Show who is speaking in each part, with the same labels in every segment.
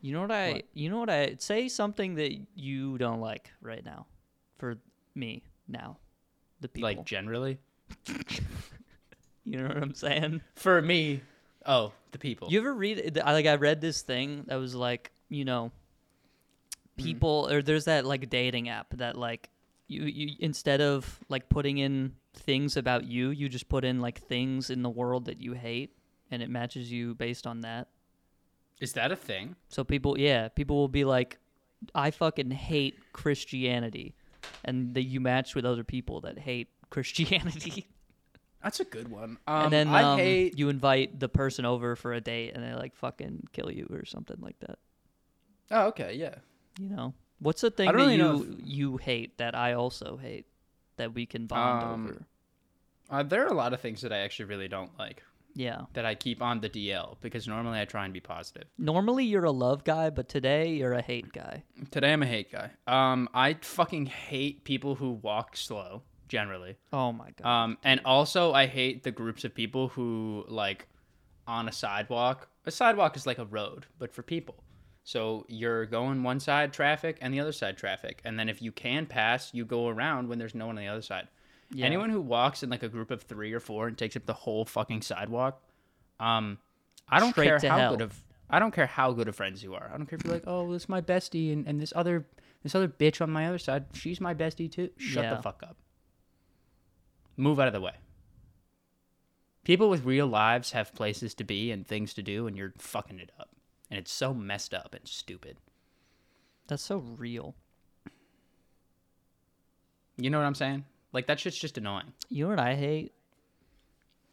Speaker 1: You know what I?
Speaker 2: What?
Speaker 1: You know what I? Say something that you don't like right now, for me now, the people.
Speaker 2: Like generally,
Speaker 1: you know what I'm saying?
Speaker 2: for me, oh, the people.
Speaker 1: You ever read? I like I read this thing that was like you know,
Speaker 2: Hmm.
Speaker 1: people or there's that like dating app that like you you instead of like putting in things about you, you just put in like things in the world that you hate, and it matches you based on that.
Speaker 2: Is that a thing?
Speaker 1: So people, yeah, people will be like, I fucking hate Christianity, and that you match with other people that hate Christianity,
Speaker 2: That's a good one.
Speaker 1: and
Speaker 2: Um,
Speaker 1: then
Speaker 2: I
Speaker 1: um,
Speaker 2: hate.
Speaker 1: you invite the person over for a date, and they like fucking kill you or something like that.
Speaker 2: Oh, okay, yeah.
Speaker 1: You know, what's the thing
Speaker 2: don't
Speaker 1: that
Speaker 2: really know
Speaker 1: you you hate that I also hate that we can bond
Speaker 2: Um,
Speaker 1: over?
Speaker 2: Uh, there are a lot of things that I actually really don't like
Speaker 1: Yeah.
Speaker 2: that I keep on the DL because normally I try and be positive.
Speaker 1: Normally you're a love guy, but today you're a hate guy.
Speaker 2: Today I'm a hate guy. Um, I fucking hate people who walk slow generally.
Speaker 1: Oh my god.
Speaker 2: Um, and also I hate the groups of people who like on a sidewalk. A sidewalk is like a road, but for people. So you're going one side traffic and the other side traffic, and then if you can pass, you go around when there's no one on the other side.
Speaker 1: Yeah.
Speaker 2: Anyone who walks in like a group of three or four and takes up the whole fucking sidewalk, um, I don't
Speaker 1: Straight
Speaker 2: care
Speaker 1: to
Speaker 2: how
Speaker 1: hell.
Speaker 2: good of I don't care how good of friends you are. I don't care if you're like, oh, well, it's my bestie, and, and this other this other bitch on my other side, she's my bestie too. Shut
Speaker 1: Yeah.
Speaker 2: the fuck up. Move out of the way. People with real lives have places to be and things to do, and you're fucking it up. And it's so messed up and stupid.
Speaker 1: That's so real.
Speaker 2: You know what I'm saying? Like that shit's just annoying.
Speaker 1: You know what I hate?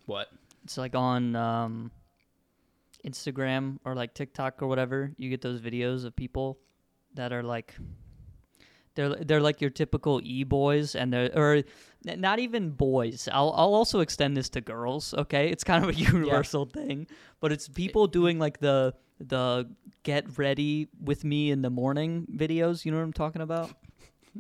Speaker 2: What?
Speaker 1: it's like on um, Instagram or like TikTok or whatever. You get those videos of people that are like they're they're like your typical e boys, and they're or n- not even boys. I'll I'll also extend this to girls. Okay, it's kind of a universal thing, but it's people doing like the the get ready with me in the morning videos. You know what I'm talking about?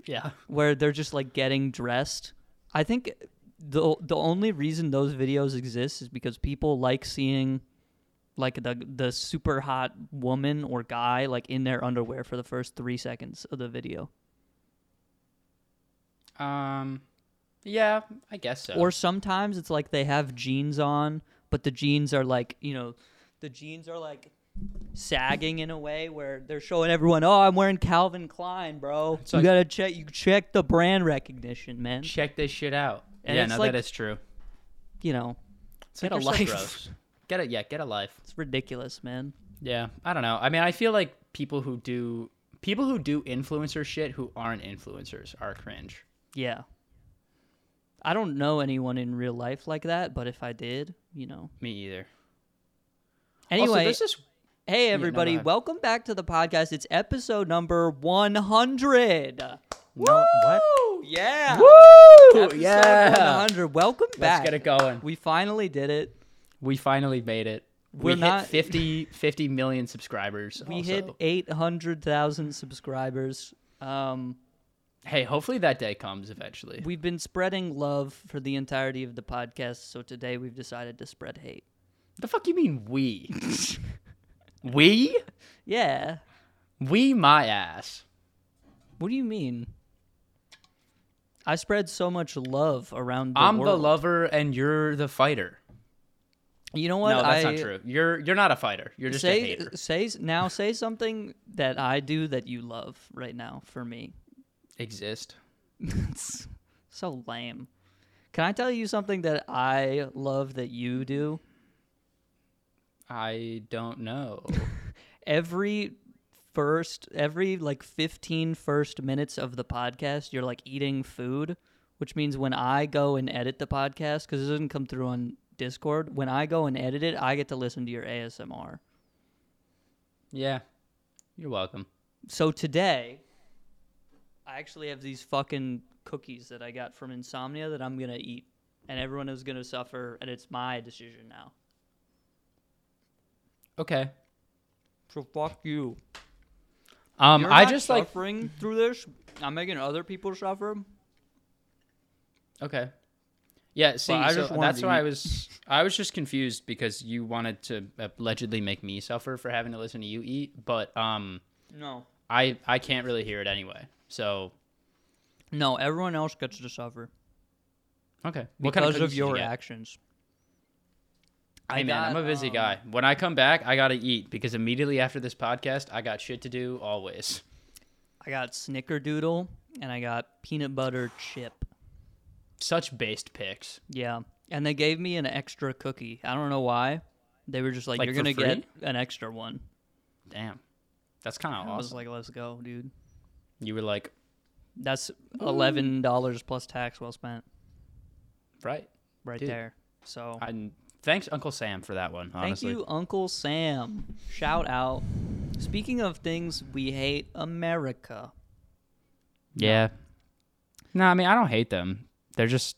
Speaker 2: Yeah.
Speaker 1: where they're just like getting dressed. I think the the only reason those videos exist is because people like seeing like the the super hot woman or guy like in their underwear for the first 3 seconds of the video
Speaker 2: Um. Yeah, I guess so.
Speaker 1: or sometimes it's like they have jeans on but the jeans are like you know the jeans are like sagging in a way where they're showing everyone oh i'm wearing calvin klein bro you
Speaker 2: like-
Speaker 1: gotta check you check the brand recognition man
Speaker 2: check this shit out.
Speaker 1: And
Speaker 2: yeah,
Speaker 1: it's
Speaker 2: no,
Speaker 1: like-
Speaker 2: that is true.
Speaker 1: you know
Speaker 2: It's
Speaker 1: get
Speaker 2: like
Speaker 1: a
Speaker 2: you're so
Speaker 1: life.
Speaker 2: gross. Get it? Yeah, get a life.
Speaker 1: it's ridiculous man
Speaker 2: Yeah, I don't know. I mean, I feel like people who do people who do influencer shit who aren't influencers are cringe.
Speaker 1: Yeah. I don't know anyone in real life like that, but if I did, you know.
Speaker 2: Me either.
Speaker 1: Anyway,
Speaker 2: also, there's this
Speaker 1: hey
Speaker 2: no,
Speaker 1: everybody,
Speaker 2: go ahead.
Speaker 1: welcome back to the podcast. It's episode number 100.
Speaker 2: no what?
Speaker 1: Woo! Yeah.
Speaker 2: Woo!
Speaker 1: Episode 100. Welcome back.
Speaker 2: Let's get it going.
Speaker 1: We finally did it.
Speaker 2: We finally made it.
Speaker 1: We're
Speaker 2: we hit
Speaker 1: not-
Speaker 2: 50, 50 million subscribers.
Speaker 1: We
Speaker 2: also.
Speaker 1: hit 800,000 subscribers. Um,
Speaker 2: Hey, hopefully that day comes eventually.
Speaker 1: we've been spreading love for the entirety of the podcast, so today we've decided to spread hate.
Speaker 2: the fuck you mean we? we?
Speaker 1: Yeah.
Speaker 2: We my ass.
Speaker 1: What do you mean? I spread so much love around the
Speaker 2: I'm the
Speaker 1: world.
Speaker 2: lover and you're the fighter.
Speaker 1: You know what?
Speaker 2: no, that's
Speaker 1: I
Speaker 2: not true. You're you're not a fighter. You're just a
Speaker 1: Say
Speaker 2: hater.
Speaker 1: say now say something that I do that you love right now for me.
Speaker 2: Exist.
Speaker 1: It's so lame. Can I tell you something that I love that you do?
Speaker 2: I don't know.
Speaker 1: Every first every like 15 first minutes of the podcast, you're like eating food, which means when I go and edit the podcast cuz it doesn't come through on Discord, when I go and edit it, I get to listen to your ASMR.
Speaker 2: yeah. You're welcome.
Speaker 1: so today i actually have these fucking cookies that i got from insomnia that i'm gonna eat and everyone is gonna suffer and it's my decision now
Speaker 2: Okay.
Speaker 1: so fuck you
Speaker 2: Um
Speaker 1: You're
Speaker 2: I
Speaker 1: not
Speaker 2: just
Speaker 1: suffering through this i'm making other people suffer
Speaker 2: like okay. Yeah, see,
Speaker 3: I
Speaker 2: so
Speaker 3: just wanted
Speaker 2: that's
Speaker 3: to
Speaker 2: why I
Speaker 3: eat.
Speaker 2: was I was just confused because you wanted to allegedly make me suffer for having to listen to you eat, but um,
Speaker 1: No.
Speaker 2: I I can't really hear it anyway. So
Speaker 1: No, everyone else gets to suffer
Speaker 2: okay, What kind
Speaker 1: because of,
Speaker 2: cookies did you
Speaker 1: your
Speaker 2: get?
Speaker 1: actions. um,
Speaker 2: Hey man, I'm a busy guy. When I come back, I gotta eat because immediately after this podcast, I got shit to do always.
Speaker 1: I got snickerdoodle and I got peanut butter chip.
Speaker 2: Such based picks.
Speaker 1: Yeah. And they gave me an extra cookie. I don't know why. They were just like,
Speaker 2: Like,
Speaker 1: you're
Speaker 2: for
Speaker 1: going to get
Speaker 2: free?
Speaker 1: an extra one.
Speaker 2: Damn, that's kind of
Speaker 1: I was
Speaker 2: awesome.
Speaker 1: like, let's go, dude.
Speaker 2: you were like,
Speaker 1: That's $11 plus tax well spent
Speaker 2: right?
Speaker 1: right
Speaker 2: Dude.
Speaker 1: there. So
Speaker 2: I thanks Uncle Sam for that one.
Speaker 1: thank
Speaker 2: Honestly,
Speaker 1: you, Uncle Sam. Shout out. Speaking of things we hate, America.
Speaker 2: Yeah. No, I mean I don't hate them. They're just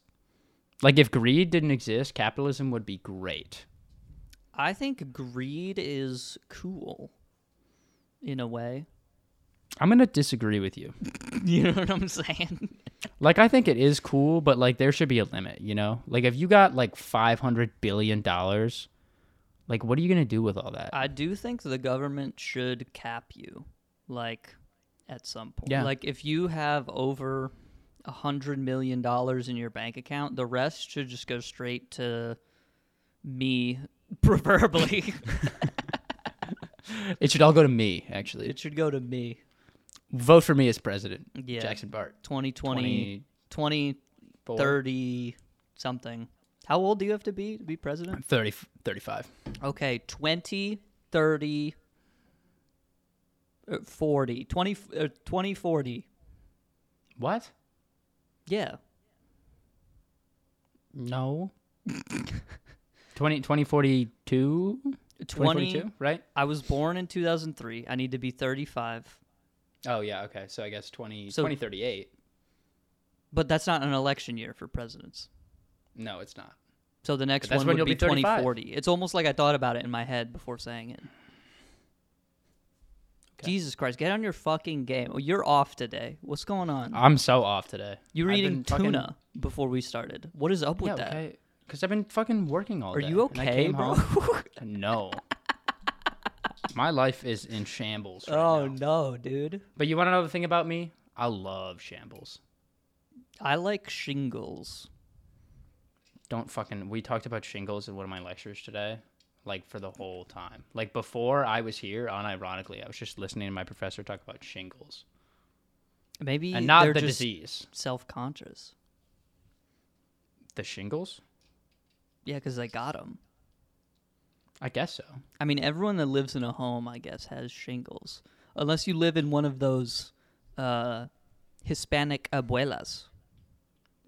Speaker 2: like if greed didn't exist, capitalism would be great.
Speaker 1: I think greed is cool in a way.
Speaker 2: I'm gonna disagree with you.
Speaker 1: You know what I'm saying?
Speaker 2: Like I think it is cool, but like there should be a limit, you know? Like if you got like five hundred billion dollars, like what are you gonna do with all that?
Speaker 1: I do think the government should cap you, like at some point.
Speaker 2: Yeah.
Speaker 1: Like if you have over a hundred million dollars in your bank account, the rest should just go straight to me, preferably.
Speaker 2: It should all go to me, actually.
Speaker 1: it should go to me.
Speaker 2: Vote for me as president.
Speaker 1: Yeah.
Speaker 2: Jackson Bart.
Speaker 1: 2020, 20,
Speaker 2: 24,
Speaker 1: 30 something. How old do you have to be to be president?
Speaker 2: 30, 35.
Speaker 1: Okay, 20, 30, uh, 40. 20, uh, 2040.
Speaker 2: What?
Speaker 1: Yeah.
Speaker 2: No. 20, 2042?
Speaker 1: 20,
Speaker 2: 2042, right?
Speaker 1: I was born in 2003. I need to be 35.
Speaker 2: Oh yeah, okay. So I guess 20,
Speaker 1: So-
Speaker 2: 2038.
Speaker 1: But that's not an election year for presidents.
Speaker 2: No, it's not.
Speaker 1: So the next
Speaker 2: that's
Speaker 1: one
Speaker 2: when
Speaker 1: would
Speaker 2: you'll
Speaker 1: be
Speaker 2: be 35.
Speaker 1: 2040. It's almost like I thought about it in my head before saying it.
Speaker 2: Okay.
Speaker 1: Jesus Christ, get on your fucking game. Oh, You're off today. What's going on?
Speaker 2: I'm so off today.
Speaker 1: you were
Speaker 2: I've
Speaker 1: eating
Speaker 2: been fucking-
Speaker 1: tuna before we started. What is up with
Speaker 2: yeah,
Speaker 1: that?
Speaker 2: okay. Because I've been fucking working all
Speaker 1: Are
Speaker 2: day.
Speaker 1: you
Speaker 2: and I
Speaker 1: okay,
Speaker 2: came
Speaker 1: bro?
Speaker 2: home- No. My life is in shambles. Right
Speaker 1: oh,
Speaker 2: now.
Speaker 1: no, dude.
Speaker 2: But you want to know the thing about me? I love shambles.
Speaker 1: I like shingles.
Speaker 2: Don't fucking. We talked about shingles in one of my lectures today. Like for the whole time. Like before I was here, unironically, I was just listening to my professor talk about shingles
Speaker 1: Maybe
Speaker 2: and not
Speaker 1: they're
Speaker 2: the
Speaker 1: just
Speaker 2: disease.
Speaker 1: self conscious.
Speaker 2: The shingles?
Speaker 1: Yeah, because they got them.
Speaker 2: I guess so.
Speaker 1: I mean, everyone that lives in a home, I guess, has shingles, unless you live in one of those uh, Hispanic abuelas,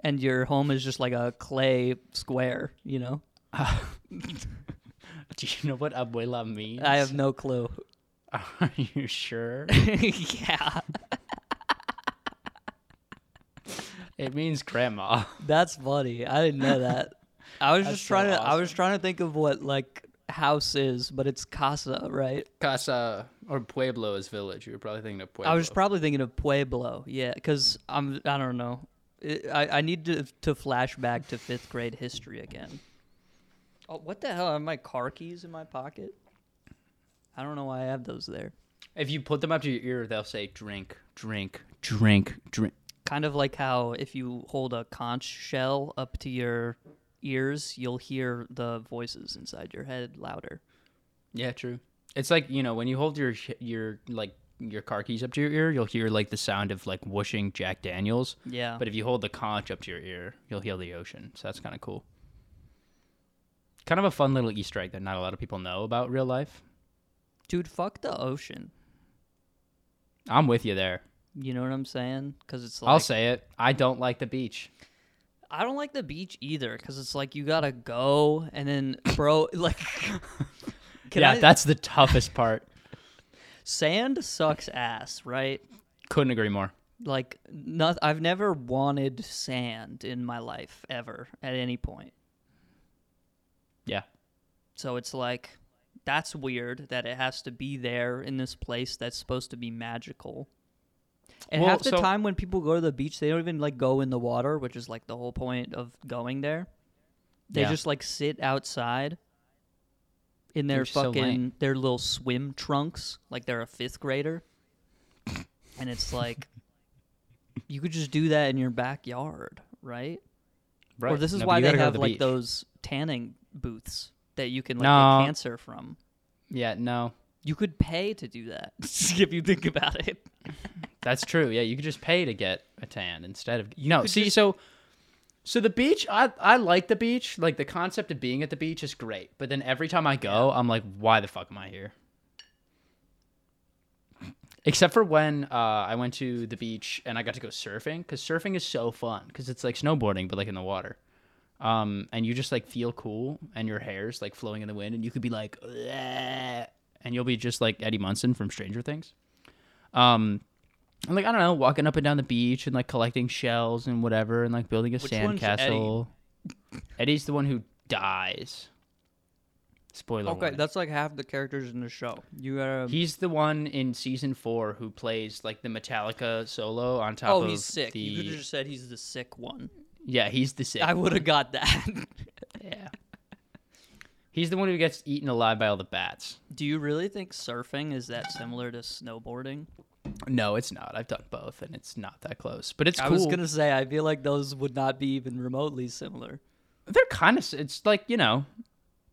Speaker 1: and your home is just like a clay square. You know,
Speaker 2: Do you know what abuela means?
Speaker 1: I have no clue.
Speaker 2: Are you sure?
Speaker 1: yeah,
Speaker 2: it means grandma.
Speaker 1: that's funny. I didn't know that. I was
Speaker 2: That's
Speaker 1: just trying
Speaker 2: so
Speaker 1: to. I was
Speaker 2: awesome.
Speaker 1: trying to think of what like house is, but it's casa, right?
Speaker 2: Casa or Pueblo is village. You were probably thinking of Pueblo.
Speaker 1: I was probably thinking of Pueblo, yeah, because I'm I don't know. I- I I need to to flash back to fifth grade history again. Oh, what the hell? Are my car keys in my pocket? I don't know why I have those there.
Speaker 2: if you put them up to your ear, they'll say drink, drink, drink, drink.
Speaker 1: Kind of like how if you hold a conch shell up to your ears, you'll hear the voices inside your head louder.
Speaker 2: Yeah, true. It's like you know when you hold your sh- your like your car keys up to your ear, you'll hear like the sound of like whooshing Jack Daniels.
Speaker 1: Yeah,
Speaker 2: But if you hold the conch up to your ear, you'll hear the ocean. So that's kind of cool. Kind of a fun little Easter egg that not a lot of people know about real life.
Speaker 1: dude, fuck the ocean.
Speaker 2: I'm with you there.
Speaker 1: You know what I'm saying? Because it's like
Speaker 2: I'll say it. I don't like the beach.
Speaker 1: I don't like the beach either because it's like you gotta go and then, bro, like, can
Speaker 2: yeah,
Speaker 1: I?
Speaker 2: that's the toughest part.
Speaker 1: sand sucks ass, right?
Speaker 2: Couldn't agree more.
Speaker 1: Like, not, I've never wanted sand in my life ever at any point.
Speaker 2: Yeah.
Speaker 1: So it's like that's weird that it has to be there in this place that's supposed to be magical. And
Speaker 2: Well,
Speaker 1: half the
Speaker 2: so-
Speaker 1: time when people go to the beach, they don't even like go in the water, which is like the whole point of going there. They
Speaker 2: Yeah.
Speaker 1: just like sit outside in their
Speaker 2: They're so lame.
Speaker 1: fucking their little swim trunks, like they're a fifth grader. and it's like you could just do that in your backyard, right? Or this is
Speaker 2: No, but
Speaker 1: why
Speaker 2: you
Speaker 1: they
Speaker 2: gotta go to
Speaker 1: have
Speaker 2: the
Speaker 1: like
Speaker 2: beach.
Speaker 1: those tanning booths that you can like
Speaker 2: No.
Speaker 1: get cancer from.
Speaker 2: Yeah, no,
Speaker 1: You could pay to do that if you think about it.
Speaker 2: that's true. Yeah, you could just pay to get a tan instead of you know.
Speaker 1: could
Speaker 2: See,
Speaker 1: just-
Speaker 2: so so the beach, I I like the beach. Like the concept of being at the beach is great, but then every time I go, I'm like, why the fuck am I here? Except for when uh, I went to the beach and I got to go surfing, because surfing is so fun, because it's like snowboarding but like in the water. um, and you just like feel cool, and your hair's like flowing in the wind, and you could be like, "Bleh," and you'll be just like Eddie Munson from Stranger Things. Um, and like I don't know, walking up and down the beach and like collecting shells and whatever, and like building a
Speaker 1: Which one's
Speaker 2: sandcastle. Eddie's the one who dies. Spoiler.
Speaker 1: Okay,
Speaker 2: warning.
Speaker 1: that's like half the characters in the show. You gotta.
Speaker 2: He's the one in season four who plays like the Metallica solo on top
Speaker 1: oh,
Speaker 2: of
Speaker 1: he's sick.
Speaker 2: the
Speaker 1: You could have just said he's the sick one.
Speaker 2: yeah he's the sick
Speaker 1: I would have got that.
Speaker 2: yeah he's the one who gets eaten alive by all the bats
Speaker 1: Do you really think surfing is that similar to snowboarding?
Speaker 2: No, it's not. I've done both, and it's not that close. But it's
Speaker 1: I
Speaker 2: cool.
Speaker 1: was gonna say I feel like those would not be even remotely similar.
Speaker 2: They're kind of. It's like you know.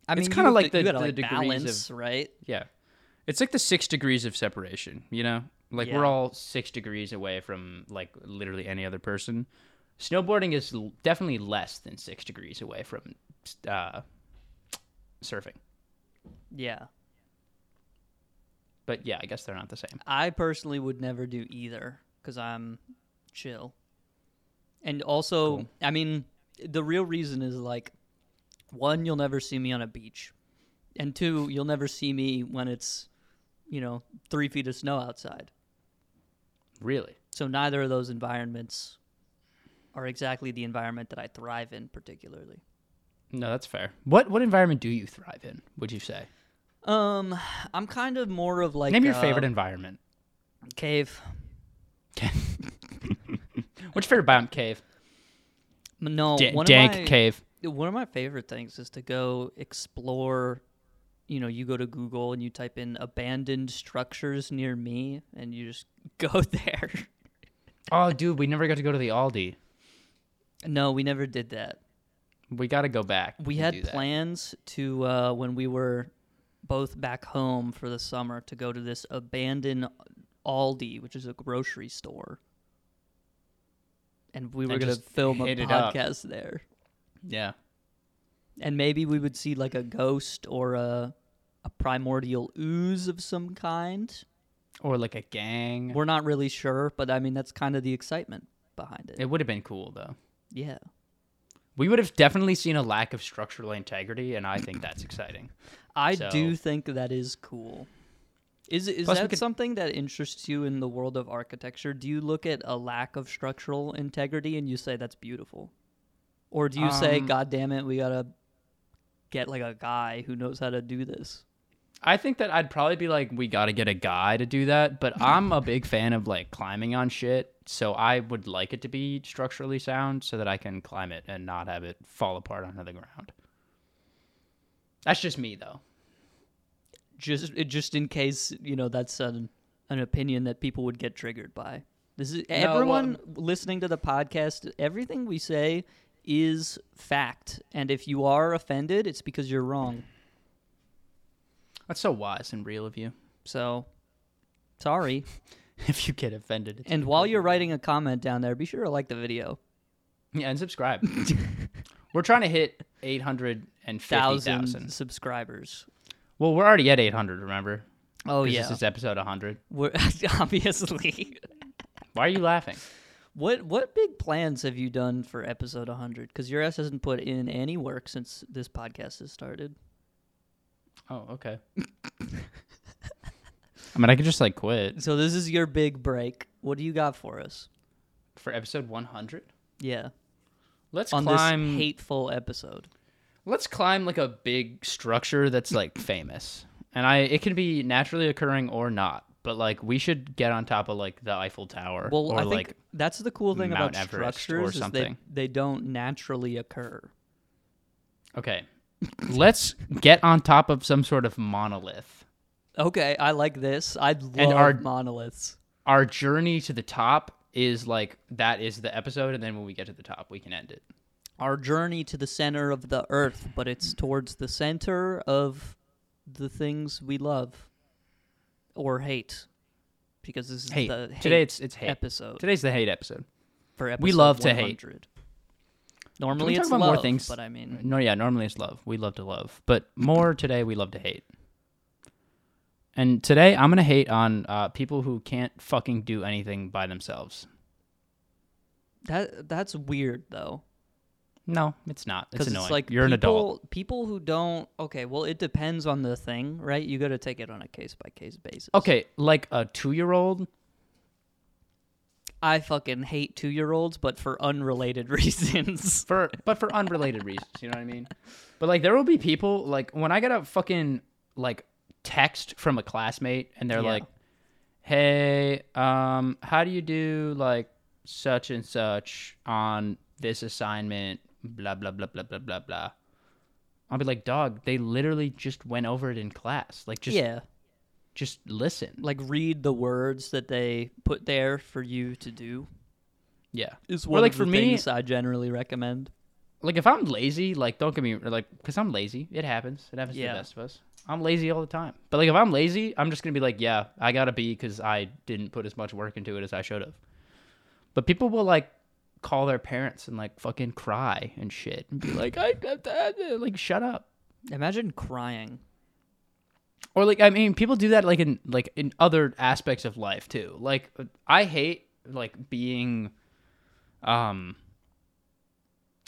Speaker 1: I mean,
Speaker 2: It's
Speaker 1: you
Speaker 2: kinda
Speaker 1: would
Speaker 2: like
Speaker 1: think-
Speaker 2: the-
Speaker 1: you gotta,
Speaker 2: the
Speaker 1: like,
Speaker 2: degrees
Speaker 1: balance, right?
Speaker 2: Yeah, it's like the six degrees of separation. You know, like
Speaker 1: Yeah.
Speaker 2: we're all six degrees away from like literally any other person. Snowboarding is l- definitely less than six degrees away from uh, surfing.
Speaker 1: Yeah,
Speaker 2: But yeah, I guess they're not the same.
Speaker 1: I personally would never do either because I'm chill. And also,
Speaker 2: Cool.
Speaker 1: I mean, the real reason is like, one, you'll never see me on a beach, and two, you'll never see me when it's, you know, three feet of snow outside.
Speaker 2: Really?
Speaker 1: So neither of those environments are exactly the environment that I thrive in, particularly.
Speaker 2: No, that's fair. What what environment do you thrive in? Would you say?
Speaker 1: Um, I'm kind of more of like
Speaker 2: Name your
Speaker 1: uh,
Speaker 2: favorite environment.
Speaker 1: cave,
Speaker 2: What's your favorite biome? Cave.
Speaker 1: M- no
Speaker 2: Da-
Speaker 1: oh, one of
Speaker 2: dank
Speaker 1: my-
Speaker 2: cave.
Speaker 1: one of my favorite things is to go explore you know you go to google and you type in abandoned structures near me and you just go there
Speaker 2: Oh, dude, we never got to go to the Aldi.
Speaker 1: no we never did that
Speaker 2: We got to go back.
Speaker 1: we
Speaker 2: and
Speaker 1: had
Speaker 2: do that.
Speaker 1: plans to uh, when we were both back home for the summer to go to this abandoned aldi which is a grocery store and we were
Speaker 2: And
Speaker 1: going to
Speaker 2: just
Speaker 1: film a
Speaker 2: hit it up.
Speaker 1: podcast there
Speaker 2: Yeah.
Speaker 1: and maybe we would see like a ghost or a a primordial ooze of some kind.
Speaker 2: Or like a gang.
Speaker 1: We're not really sure, but I mean that's kind of the excitement behind it.
Speaker 2: It would have been cool though.
Speaker 1: Yeah.
Speaker 2: We would have definitely seen a lack of structural integrity, and I think that's exciting.
Speaker 1: I
Speaker 2: So-
Speaker 1: do think that is cool. Is is
Speaker 2: Plus we
Speaker 1: that
Speaker 2: could-
Speaker 1: something that interests you in the world of architecture? Do you look at a lack of structural integrity and you say that's beautiful? Or do you say
Speaker 2: Um,
Speaker 1: god damn it, we got to get like a guy who knows how to do this?
Speaker 2: I think that I'd probably be like, we got to get a guy to do that. But I'm a big fan of like climbing on shit, so I would like it to be structurally sound so that I can climb it and not have it fall apart onto the ground. That's just me though.
Speaker 1: just it- just in case you know that's an an opinion that people would get triggered by. This is
Speaker 2: well-
Speaker 1: everyone listening to the podcast. Everything we say is fact, and if you are offended, it's because you're wrong.
Speaker 2: That's so wise and real of you.
Speaker 1: So, sorry.
Speaker 2: if you get offended, it's
Speaker 1: And while you're writing a comment down there, be sure to like the video.
Speaker 2: Yeah, and subscribe. we're trying to hit 850,000.
Speaker 1: Thousand subscribers.
Speaker 2: Well, we're already at 800, remember?
Speaker 1: Oh
Speaker 2: 'Cause
Speaker 1: yeah,
Speaker 2: This is episode 100.
Speaker 1: We're, obviously.
Speaker 2: Why are you laughing?
Speaker 1: What what big plans have you done for episode 100? Because your ass hasn't put in any work since this podcast has started.
Speaker 2: Oh, okay. I mean, I could just like quit
Speaker 1: So this is your big break. What do you got for us?
Speaker 2: for episode 100.
Speaker 1: Yeah,
Speaker 2: Let's
Speaker 1: on
Speaker 2: climb
Speaker 1: this hateful episode.
Speaker 2: let's climb like a big structure that's like famous. And I it can be naturally occurring or not, But like we should get on top of like the Eiffel Tower
Speaker 1: Well,
Speaker 2: or
Speaker 1: I think
Speaker 2: like
Speaker 1: that's the cool thing about
Speaker 2: Mount Everest or
Speaker 1: structures is they
Speaker 2: something.
Speaker 1: they don't naturally occur.
Speaker 2: okay. Let's get on top of some sort of monolith.
Speaker 1: Okay, I like this. I love
Speaker 2: our-
Speaker 1: monoliths.
Speaker 2: Our journey to the top is like that is the episode and then when we get to the top we can end it.
Speaker 1: Our journey to the center of the earth, but it's towards the center of the things we love or hate, because this is
Speaker 2: Hate.
Speaker 1: the hate
Speaker 2: Today it's it's hate.
Speaker 1: episode
Speaker 2: Today's the hate episode.
Speaker 1: for episode
Speaker 2: we love to hate.
Speaker 1: 100. Normally
Speaker 2: Can we talk
Speaker 1: it's
Speaker 2: about
Speaker 1: love,
Speaker 2: more things?
Speaker 1: but I mean,
Speaker 2: No, yeah, normally it's love. We love to love, but more today we love to hate. And today I'm gonna hate on uh, people who can't fucking do anything by themselves.
Speaker 1: that that's weird though.
Speaker 2: No, it's not. It's
Speaker 1: because
Speaker 2: annoying.
Speaker 1: it's like
Speaker 2: You're an
Speaker 1: people,
Speaker 2: adult.
Speaker 1: People who don't okay, well, it depends on the thing, right? You got to take it on a case by case basis.
Speaker 2: Okay, like a two year old.
Speaker 1: I fucking hate two year olds, but for unrelated reasons.
Speaker 2: for but for unrelated reasons, you know what I mean? But like there will be people like when I get a fucking like text from a classmate and they're
Speaker 1: Yeah.
Speaker 2: like, "Hey, um how do you do like such and such on this assignment blah blah blah blah blah blah blah." I'll be like, "Dog, they literally just went over it in class. Like just
Speaker 1: yeah,
Speaker 2: just listen."
Speaker 1: like read the words that they put there for you to do.
Speaker 2: Yeah.
Speaker 1: Is
Speaker 2: Or, one like, of the for me-
Speaker 1: things
Speaker 2: things
Speaker 1: I generally recommend.
Speaker 2: like if I'm lazy, like don't get me like because I'm lazy. It happens. It happens to
Speaker 1: Yeah.
Speaker 2: the best of us. I'm lazy all the time. But like if I'm lazy, I'm just gonna be like, yeah, I gotta be because I didn't put as much work into it as I should have. But people will like call their parents and like fucking cry and shit and be like, I, I, I like shut up.
Speaker 1: Imagine crying.
Speaker 2: Or like I mean, people do that like in like in other aspects of life too. Like I hate like being, um,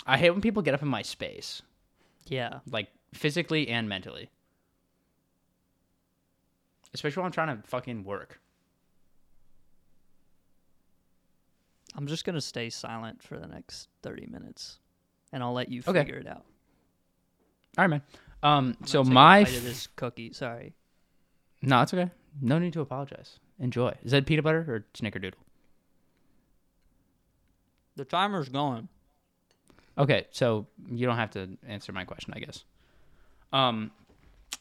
Speaker 2: I hate when people get up in my space.
Speaker 1: Yeah,
Speaker 2: like physically and mentally. Especially when I'm trying to fucking work.
Speaker 1: I'm just gonna stay silent for the next thirty minutes, and I'll let you
Speaker 2: Okay.
Speaker 1: figure it out.
Speaker 2: All right, man. Um,
Speaker 1: I'm
Speaker 2: so
Speaker 1: gonna take a
Speaker 2: my
Speaker 1: bite of
Speaker 2: f-
Speaker 1: this cookie. Sorry,
Speaker 2: no, it's okay. No need to apologize. Enjoy. Is that peanut butter or snickerdoodle?
Speaker 1: the timer's going.
Speaker 2: Okay, so you don't have to answer my question, I guess. Um,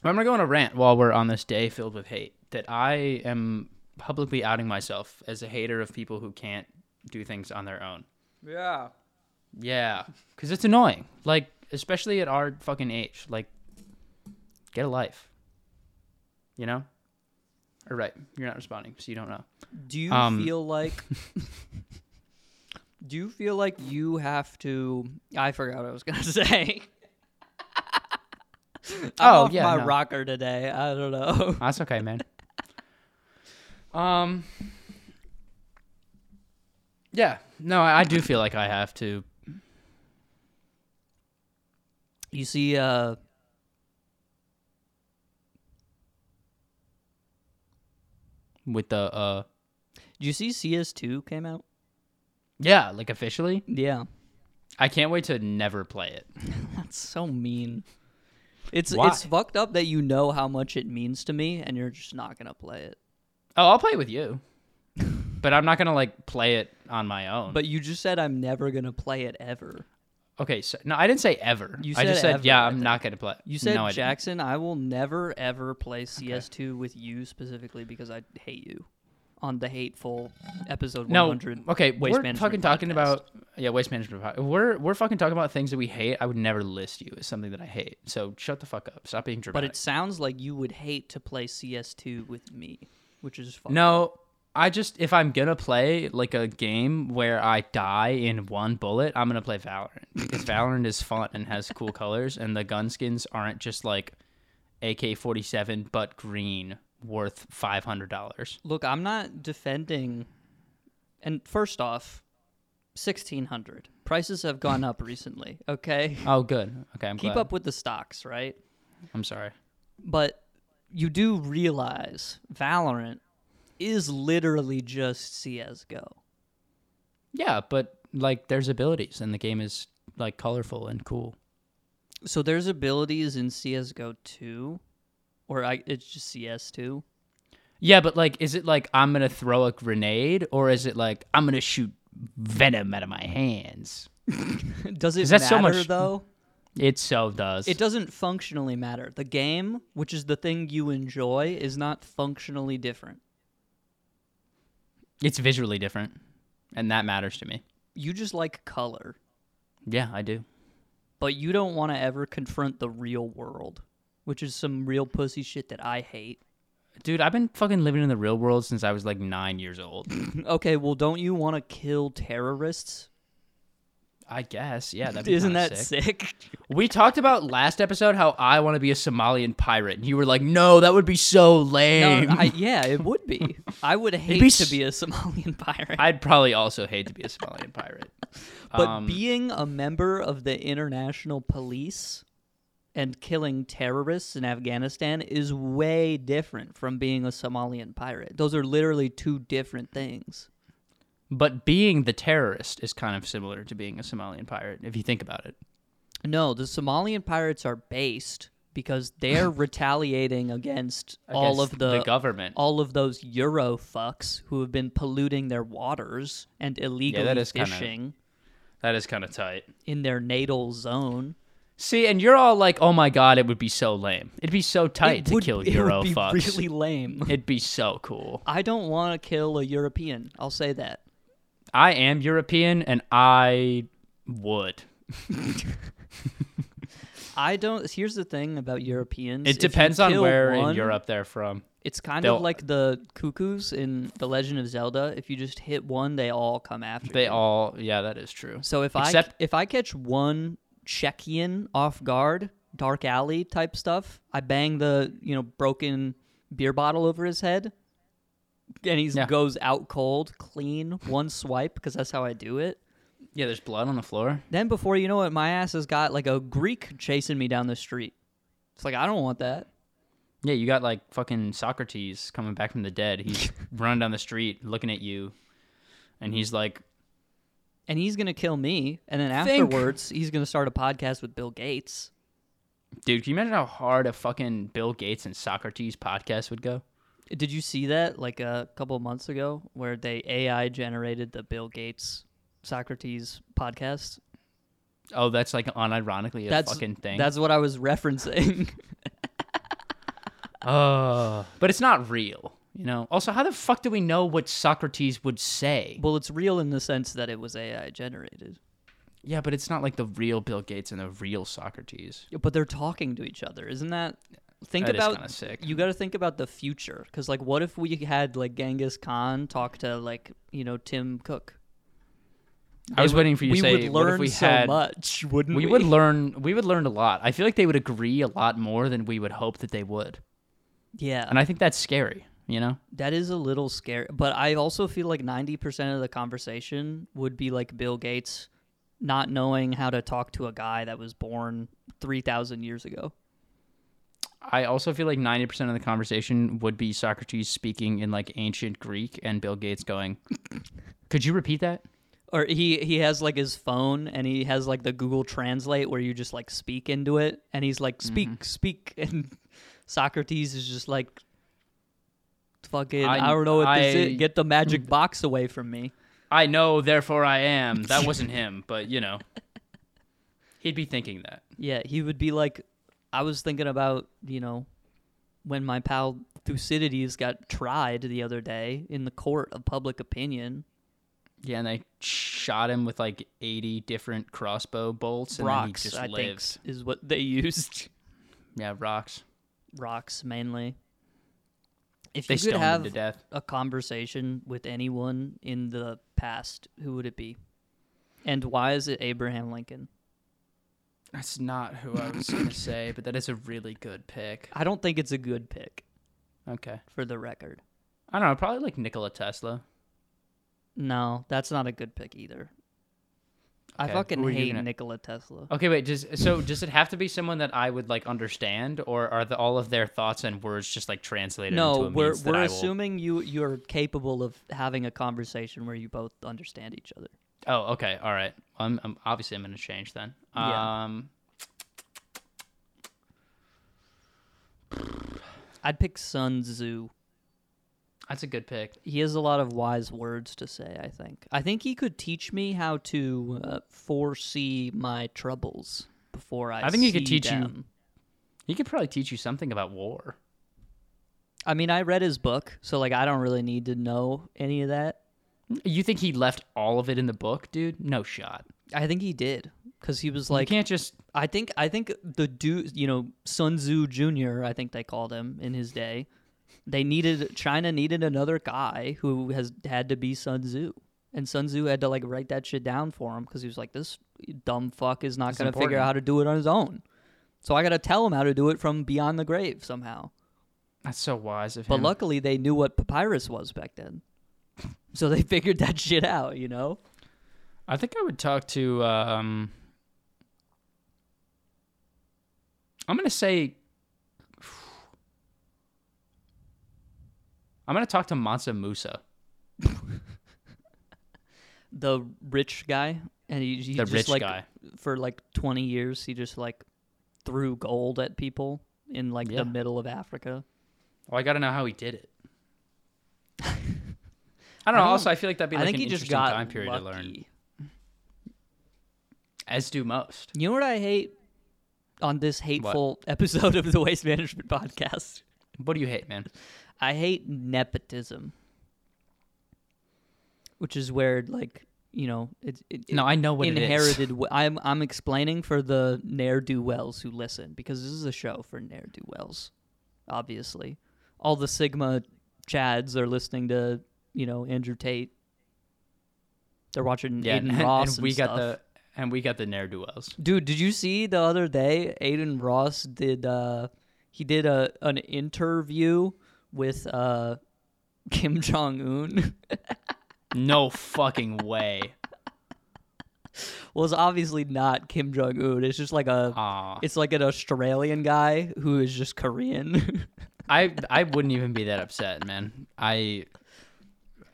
Speaker 2: I'm gonna go on a rant while we're on this day filled with hate. That I am publicly outing myself as a hater of people who can't do things on their own.
Speaker 1: Yeah.
Speaker 2: Yeah, because it's annoying. Like, especially at our fucking age. Like, get a life. You know? All right, you're not responding, so you don't know.
Speaker 1: Do you
Speaker 2: Um,
Speaker 1: feel like Do you feel like you have to I forgot what I was going to say. I'm
Speaker 2: Oh,
Speaker 1: off
Speaker 2: yeah,
Speaker 1: my
Speaker 2: no.
Speaker 1: rocker today. I don't know.
Speaker 2: That's Ah, okay, man. um. Yeah, no, I, I do feel like I have to.
Speaker 1: You see uh
Speaker 2: With the uh,
Speaker 1: do you see CS2 came out?
Speaker 2: yeah, like officially,
Speaker 1: Yeah.
Speaker 2: I can't wait to never play it.
Speaker 1: That's so mean. It's
Speaker 2: Why?
Speaker 1: it's fucked up that you know how much it means to me and you're just not going to play it.
Speaker 2: Oh, I'll play it with you, but I'm not gonna like play it on my own.
Speaker 1: But you just said I'm never going to play it ever.
Speaker 2: Okay, so no, I didn't say ever.
Speaker 1: You
Speaker 2: I just
Speaker 1: said
Speaker 2: said
Speaker 1: ever,
Speaker 2: yeah.
Speaker 1: I
Speaker 2: I'm
Speaker 1: think.
Speaker 2: not gonna play.
Speaker 1: You said
Speaker 2: no, I didn't.
Speaker 1: Jackson, I will never ever play CS2 with you specifically because I hate you. On the hateful episode
Speaker 2: No,
Speaker 1: 100.
Speaker 2: okay.
Speaker 1: Waste
Speaker 2: we're
Speaker 1: Management
Speaker 2: fucking talking
Speaker 1: podcast.
Speaker 2: about yeah, waste management. pod- We're we're fucking talking about things that we hate. I would never list you as something that I hate. So shut the fuck up. Stop being dramatic.
Speaker 1: But it sounds like you would hate to play CS2 with me, which is fun.
Speaker 2: no. I just if I'm gonna play like a game where I die in one bullet, I'm gonna play Valorant because Valorant is fun and has cool colors, and the gun skins aren't just like AK-47 but green, worth five hundred dollars.
Speaker 1: Look, I'm not defending. And first off, 1600. Prices have gone up recently, okay?
Speaker 2: Oh, good. Okay, I'm
Speaker 1: Keep
Speaker 2: glad.
Speaker 1: up with the stocks, right?
Speaker 2: I'm sorry.
Speaker 1: But you do realize Valorant is literally just CSGO.
Speaker 2: Yeah, but like there's abilities and the game is like colorful and cool.
Speaker 1: So there's abilities in CS:GO 2, or I, it's just CS2.
Speaker 2: Yeah, but like, is it like I'm gonna throw a grenade, or is it like I'm gonna shoot venom out of my hands?
Speaker 1: Does it
Speaker 2: that
Speaker 1: matter
Speaker 2: so much-
Speaker 1: though?
Speaker 2: It so does.
Speaker 1: It doesn't functionally matter. The game, which is the thing you enjoy, is not functionally different.
Speaker 2: it's visually different, and that matters to me.
Speaker 1: You just like color,
Speaker 2: Yeah, I do.
Speaker 1: but you don't want to ever confront the real world, which is some real pussy shit that I hate.
Speaker 2: Dude, I've been fucking living in the real world since I was like nine years old.
Speaker 1: Okay, well, don't you want to kill terrorists?
Speaker 2: I guess. Yeah, that'd be
Speaker 1: Isn't
Speaker 2: kinda
Speaker 1: that
Speaker 2: sick.
Speaker 1: sick?
Speaker 2: We talked about last episode how I want to be a Somalian pirate, and you were like, "No, that would be so
Speaker 1: No,
Speaker 2: lame."
Speaker 1: I, yeah, it would be. I would hate
Speaker 2: be
Speaker 1: to
Speaker 2: s-
Speaker 1: be a Somalian pirate.
Speaker 2: I'd probably also hate to be a Somalian pirate.
Speaker 1: But
Speaker 2: Um,
Speaker 1: being a member of the international police and killing terrorists in Afghanistan is way different from being a Somalian pirate. Those are literally two different things.
Speaker 2: but being the terrorist is kind of similar to being a Somalian pirate, if you think about it.
Speaker 1: No, the Somalian pirates are based because they're retaliating against all
Speaker 2: Against
Speaker 1: of the,
Speaker 2: government.
Speaker 1: all of those Euro fucks who have been polluting their waters and illegally
Speaker 2: is kinda-
Speaker 1: fishing
Speaker 2: that is kind of tight.
Speaker 1: in their natal zone.
Speaker 2: See, and you're all like, "Oh my god, it would be so lame. It'd be so tight
Speaker 1: It
Speaker 2: to
Speaker 1: would-
Speaker 2: kill
Speaker 1: it would
Speaker 2: Euro
Speaker 1: be
Speaker 2: fucks.
Speaker 1: Really lame.
Speaker 2: It'd be so cool.
Speaker 1: I don't want to kill a European. I'll say that.
Speaker 2: I am European, and I would.
Speaker 1: I don't. Here's the thing about Europeans.
Speaker 2: It
Speaker 1: if you
Speaker 2: depends on
Speaker 1: kill
Speaker 2: where
Speaker 1: one,
Speaker 2: in Europe they're from.
Speaker 1: It's kind
Speaker 2: they'll-
Speaker 1: of like the cuckoos in The Legend of Zelda. If you just hit one, they all come after
Speaker 2: They
Speaker 1: you.
Speaker 2: all, yeah, that is true.
Speaker 1: So if I
Speaker 2: Except-
Speaker 1: if I catch one Czechian off guard, dark alley type stuff, I bang the you know broken beer bottle over his head, and he
Speaker 2: Yeah.
Speaker 1: goes out cold, clean, one swipe because that's how I do it.
Speaker 2: Yeah, there's blood on the floor.
Speaker 1: Then before you know it, my ass has got like a Greek chasing me down the street. It's like I don't want that.
Speaker 2: Yeah, you got like fucking Socrates coming back from the dead. He's running down the street looking at you, and he's like,
Speaker 1: and he's gonna kill me, and then
Speaker 2: Think.
Speaker 1: afterwards he's gonna start a podcast with Bill Gates.
Speaker 2: "Dude, can you imagine how hard a fucking Bill Gates and Socrates podcast would go?"
Speaker 1: Did you see that like a couple of months ago where they AI generated the Bill Gates Socrates podcast?
Speaker 2: Oh, that's like unironically a
Speaker 1: That's-
Speaker 2: fucking thing.
Speaker 1: That's what I was referencing.
Speaker 2: oh, but it's not real, you know. Also, how the fuck do we know what Socrates would say?
Speaker 1: well, it's real in the sense that it was AI generated,
Speaker 2: Yeah, but it's not like the real Bill Gates and the real Socrates.
Speaker 1: but they're talking to each other. Isn't that? Think
Speaker 2: That is
Speaker 1: about
Speaker 2: kinda sick.
Speaker 1: you got to think about the future because like what if we had like Genghis Khan talk to like you know Tim Cook?
Speaker 2: I was
Speaker 1: would-
Speaker 2: waiting for you to
Speaker 1: we
Speaker 2: say
Speaker 1: would learn
Speaker 2: what if we
Speaker 1: so
Speaker 2: had
Speaker 1: much, wouldn't we?
Speaker 2: we would learn we would learn a lot. I feel like they would agree a lot more than we would hope that they would.
Speaker 1: Yeah,
Speaker 2: And I think that's scary, you know?
Speaker 1: that is a little scary. But I also feel like ninety percent of the conversation would be like Bill Gates not knowing how to talk to a guy that was born three thousand years ago.
Speaker 2: I also feel like 90% of the conversation would be Socrates speaking in like ancient Greek and Bill Gates going, "Could you repeat that?"
Speaker 1: Or he he has like his phone and he has like the Google Translate where you just like speak into it and he's like
Speaker 2: Mm-hmm.
Speaker 1: speak speak and Socrates is just like fucking I,
Speaker 2: I-
Speaker 1: don't know what this
Speaker 2: I- Mm.
Speaker 1: is. Get the magic box away from me.
Speaker 2: I know, therefore I am. That wasn't him, but you know. He'd be thinking that.
Speaker 1: Yeah, he would be like, I was thinking about, you know, when my pal Thucydides got tried the other day in the court of public opinion.
Speaker 2: Yeah, and they shot him with like 80 different crossbow bolts and then he
Speaker 1: Rocks,
Speaker 2: just
Speaker 1: I think,
Speaker 2: lived.
Speaker 1: is what they used.
Speaker 2: Yeah, rocks.
Speaker 1: Rocks mainly. If
Speaker 2: They
Speaker 1: you could
Speaker 2: stoned him
Speaker 1: have
Speaker 2: to death.
Speaker 1: a conversation with anyone in the past, who would it be? And why is it Abraham Lincoln?
Speaker 2: That's not who I was going to say, but that is a really good pick.
Speaker 1: I don't think it's a good pick
Speaker 2: Okay.
Speaker 1: for the record.
Speaker 2: I don't know, probably like Nikola Tesla.
Speaker 1: No, that's not a good pick either. I
Speaker 2: Okay,
Speaker 1: fucking
Speaker 2: who are you
Speaker 1: hate
Speaker 2: gonna-
Speaker 1: Nikola Tesla.
Speaker 2: Okay, wait, does so does it have to be someone that I would like understand or are the, all of their thoughts and words just like translated into
Speaker 1: No,
Speaker 2: a
Speaker 1: we're
Speaker 2: means that
Speaker 1: we're
Speaker 2: I will-
Speaker 1: assuming you you're capable of having a conversation where you both understand each other.
Speaker 2: Oh, okay. All right. I'm, I'm obviously I'm going to change then.
Speaker 1: Yeah.
Speaker 2: Um
Speaker 1: I'd pick Sun Tzu.
Speaker 2: That's a good pick.
Speaker 1: He has a lot of wise words to say, I think. I think he could teach me how to uh, foresee my troubles before I
Speaker 2: I think he could
Speaker 1: see
Speaker 2: teach you-
Speaker 1: them.
Speaker 2: He could probably teach you something about war.
Speaker 1: I mean, I read his book, so like I don't really need to know any of that.
Speaker 2: You think he left all of it in the book, dude? No shot.
Speaker 1: I think he did cuz he was
Speaker 2: Like,
Speaker 1: like
Speaker 2: you can't just.
Speaker 1: I think I think the dude, you know, Sun Tzu Jr. I think they called him in his day. They needed China needed another guy who has had to be Sun Tzu, and Sun Tzu had to like write that shit down for him because he was like, this dumb fuck is not
Speaker 2: It's
Speaker 1: going to figure
Speaker 2: important.
Speaker 1: out how to do it on his own. So I got to tell him how to do it from beyond the grave somehow.
Speaker 2: That's so wise of him.
Speaker 1: But luckily, they knew what papyrus was back then, so they figured that shit out. You know,
Speaker 2: I think I would talk to. Um, I'm gonna say. I'm gonna talk to Mansa Musa.
Speaker 1: the rich guy, and he, he
Speaker 2: The
Speaker 1: just
Speaker 2: rich
Speaker 1: like
Speaker 2: guy.
Speaker 1: for like 20 years he just like threw gold at people in like
Speaker 2: Yeah.
Speaker 1: the middle of africa
Speaker 2: Well, I gotta know how he did it. I don't know.
Speaker 1: I don't-
Speaker 2: also, I feel like that'd be
Speaker 1: i
Speaker 2: like
Speaker 1: think
Speaker 2: an
Speaker 1: he just
Speaker 2: interesting
Speaker 1: got
Speaker 2: time period
Speaker 1: lucky.
Speaker 2: to learn, as do most.
Speaker 1: you know what i hate on this hateful episode of the waste management podcast
Speaker 2: What do you hate, man?
Speaker 1: i hate nepotism which is where like you know it's it,
Speaker 2: No, I know what it is.
Speaker 1: inherited we- i'm i'm explaining for the ne'er-do-wells who listen because this is a show for ne'er-do-wells obviously all the sigma chads are listening to you know andrew tate they're watching aiden
Speaker 2: Yeah, and, and
Speaker 1: ross and,
Speaker 2: we got
Speaker 1: stuff.
Speaker 2: the and we got the ne'er do wells.
Speaker 1: dude did you see the other day aiden ross did uh he did a an interview with uh kim jong-un
Speaker 2: No fucking way.
Speaker 1: well it's obviously not kim jong-un it's just like a
Speaker 2: Aw.
Speaker 1: It's like an Australian guy who is just Korean.
Speaker 2: I I wouldn't even be that upset, man. I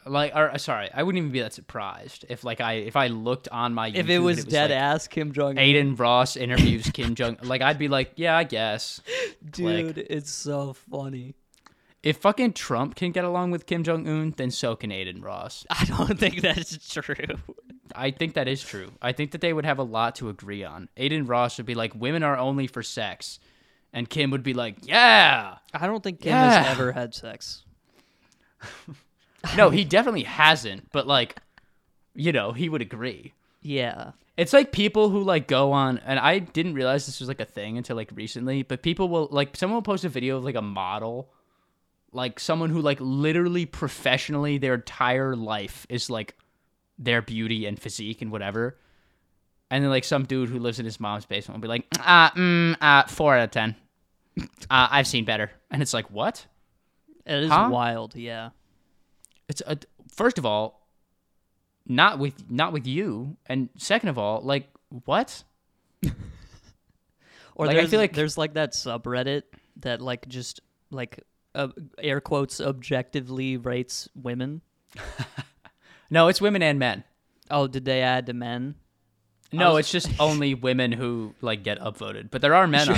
Speaker 2: like or uh, sorry, I wouldn't even be that surprised if like I if I looked on my
Speaker 1: if
Speaker 2: YouTube
Speaker 1: it
Speaker 2: and
Speaker 1: was, dead
Speaker 2: like,
Speaker 1: ass Kim Jong Un,
Speaker 2: Aiden Ross interviews Kim Jong like I'd be like, yeah, I guess.
Speaker 1: dude, it's so funny.
Speaker 2: If fucking Trump can get along with Kim Jong Un, then so can Aiden Ross.
Speaker 1: I don't think that's true.
Speaker 2: I think that is true. I think that they would have a lot to agree on. Aiden Ross would be like, women are only for sex, and Kim would be like, yeah.
Speaker 1: I don't think Kim has
Speaker 2: Yeah.
Speaker 1: ever had sex.
Speaker 2: No, he definitely hasn't, but like, you know, he would agree.
Speaker 1: Yeah,
Speaker 2: It's like people who like go on, and I didn't realize this was like a thing until like recently. But people will like someone will post a video of like a model, like someone who like literally professionally their entire life is like their beauty and physique and whatever. And then like some dude who lives in his mom's basement will be like, uh, mm, uh, four out of ten. Uh, I've seen better. And it's like, what?
Speaker 1: it is
Speaker 2: Huh?
Speaker 1: wild. Yeah,
Speaker 2: it's a, first of all not with not with you and second of all like what
Speaker 1: or
Speaker 2: Like, I
Speaker 1: there's,
Speaker 2: feel like-
Speaker 1: there's like that subreddit that like just like uh, air quotes objectively rates women.
Speaker 2: no it's women and men
Speaker 1: Oh, did they add to men?
Speaker 2: no
Speaker 1: was-
Speaker 2: it's just only women who like get upvoted but there are men on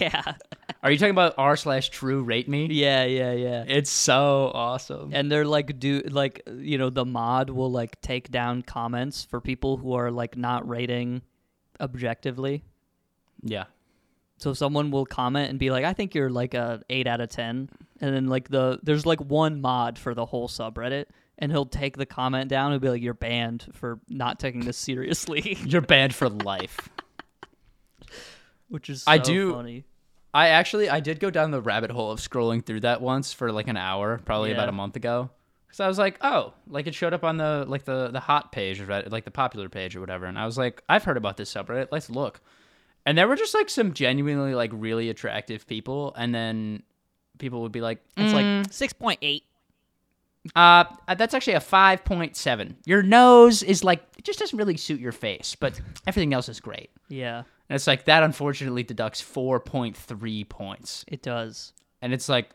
Speaker 1: yeah,
Speaker 2: are you talking about r slash true rate me
Speaker 1: yeah, yeah, yeah.
Speaker 2: it's so awesome
Speaker 1: and they're like do like you know the mod will like take down comments for people who are like not rating objectively
Speaker 2: yeah
Speaker 1: so someone will comment and be like i think you're like a 8 out of 10 and then like the there's like one mod for the whole subreddit and he'll take the comment down and be like you're banned for not taking this seriously
Speaker 2: you're banned for life
Speaker 1: which is so
Speaker 2: I do-
Speaker 1: funny
Speaker 2: i actually i did go down the rabbit hole of scrolling through that once for like an hour probably
Speaker 1: Yeah.
Speaker 2: about a month ago because i was like oh like it showed up on the like the the hot page or Reddit, like the popular page or whatever and i was like i've heard about this subreddit let's look and there were just like some genuinely like really attractive people and then people would be like
Speaker 1: it's
Speaker 2: it's like
Speaker 1: like 6.8
Speaker 2: uh that's actually a 5.7 your nose is like it just doesn't really suit your face but everything else is great
Speaker 1: yeah
Speaker 2: and it's like that unfortunately deducts 4.3 points
Speaker 1: it does
Speaker 2: and it's like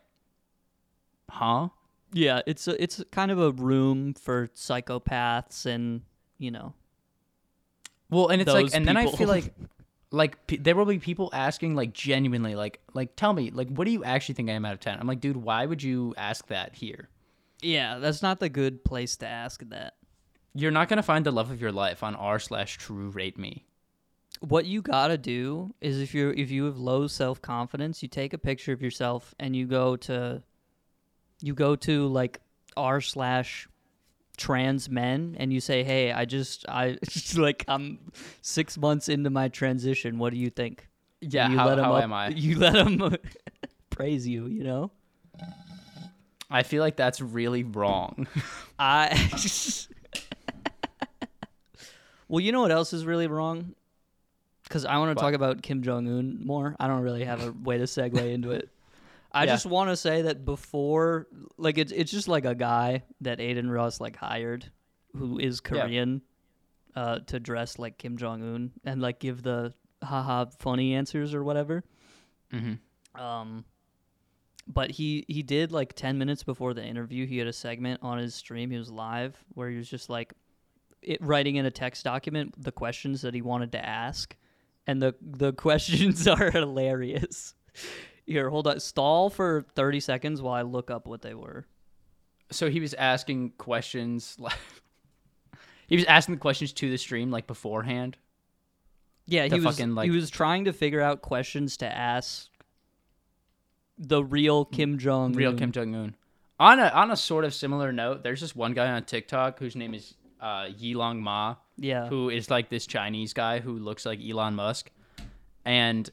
Speaker 2: huh
Speaker 1: yeah it's a, it's kind of a room for psychopaths and you know
Speaker 2: Well, and it's
Speaker 1: those
Speaker 2: like, and then I
Speaker 1: people.
Speaker 2: feel like, like p- there will be people asking, like, genuinely, like, like, tell me, like, what do you actually think I am out of ten? I'm like, dude, why would you ask that here?
Speaker 1: Yeah, that's not the good place to ask that.
Speaker 2: You're not gonna find the love of your life on r slash true rate me.
Speaker 1: What you gotta do is if you if you have low self confidence, you take a picture of yourself and you go to you go to like r slash trans men and you say, Hey, I just I like I'm six months into my transition. What do you think?
Speaker 2: Yeah,
Speaker 1: And you
Speaker 2: how,
Speaker 1: let 'em
Speaker 2: how
Speaker 1: up-
Speaker 2: am I?
Speaker 1: You let them praise you, you know?
Speaker 2: I feel like that's really wrong.
Speaker 1: I. well, you know what else is really wrong? Because I want to
Speaker 2: What?
Speaker 1: talk about Kim Jong Un more. I don't really have a way to segue into it. I
Speaker 2: Yeah.
Speaker 1: just want to say that before, like, it's it's just like a guy that Aiden Ross like hired, who is Korean, uh, to dress like Kim Jong Un and like give the haha funny answers or whatever.
Speaker 2: mm-hmm.
Speaker 1: Um, but he he did like ten minutes before the interview. He had a segment on his stream. He was live where he was just like it, writing in a text document the questions that he wanted to ask, and the the questions are hilarious. Here, hold on. Stall for thirty seconds while I look up what they were.
Speaker 2: So he was asking questions like he was asking the questions to the stream like beforehand.
Speaker 1: Yeah,
Speaker 2: to
Speaker 1: he was
Speaker 2: fucking, like-
Speaker 1: he was trying to figure out questions to ask the real Kim Jong.
Speaker 2: Mm, Real Kim Jong Un. On a on a sort of similar note, there's this one guy on TikTok whose name is uh, Yilong Ma,
Speaker 1: Yeah.
Speaker 2: who is like this Chinese guy who looks like Elon Musk, and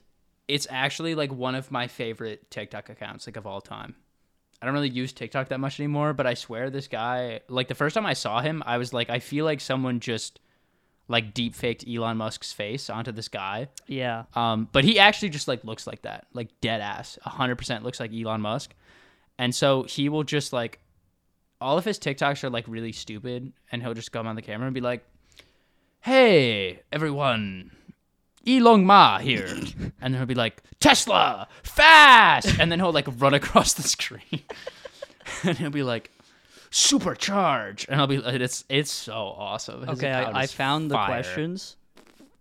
Speaker 2: it's actually like one of my favorite TikTok accounts like of all time. I don't really use TikTok that much anymore, but I swear this guy, like the first time I saw him, I was like, I feel like someone just like deep faked Elon Musk's face onto this guy.
Speaker 1: Yeah.
Speaker 2: Um, but he actually just like looks like that, like dead ass, hundred percent looks like Elon Musk. And so he will just like, all of his TikToks are like really stupid, and he'll just come on the camera and be like, "Hey everyone, Elon Ma here," and then he'll be like, "Tesla, fast!" And then he'll like run across the screen, and he'll be like. Supercharge, and I'll be. It's it's so awesome. His
Speaker 1: Okay,
Speaker 2: account
Speaker 1: I, I
Speaker 2: is
Speaker 1: found the
Speaker 2: fire. Mm-hmm.
Speaker 1: questions,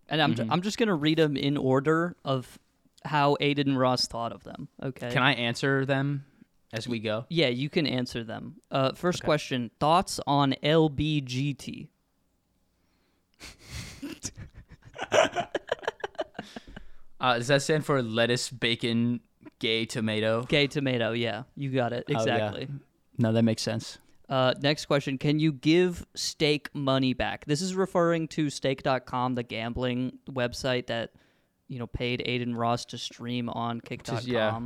Speaker 1: and I'm I'm just gonna read them in order of how Aiden and Ross thought of them. Okay.
Speaker 2: Can I answer them as we go?
Speaker 1: yeah, you can answer them. Uh, first question: Thoughts on LBGT?
Speaker 2: Uh, does that stand for lettuce, bacon, gay tomato?
Speaker 1: Gay tomato. Yeah, you got it
Speaker 2: Oh, yeah.
Speaker 1: exactly.
Speaker 2: No, that makes sense.
Speaker 1: Uh, next question: Can you give Stake money back? This is referring to Stake.com, the gambling website that you know paid Aiden Ross to stream on Kick.com.
Speaker 2: yeah.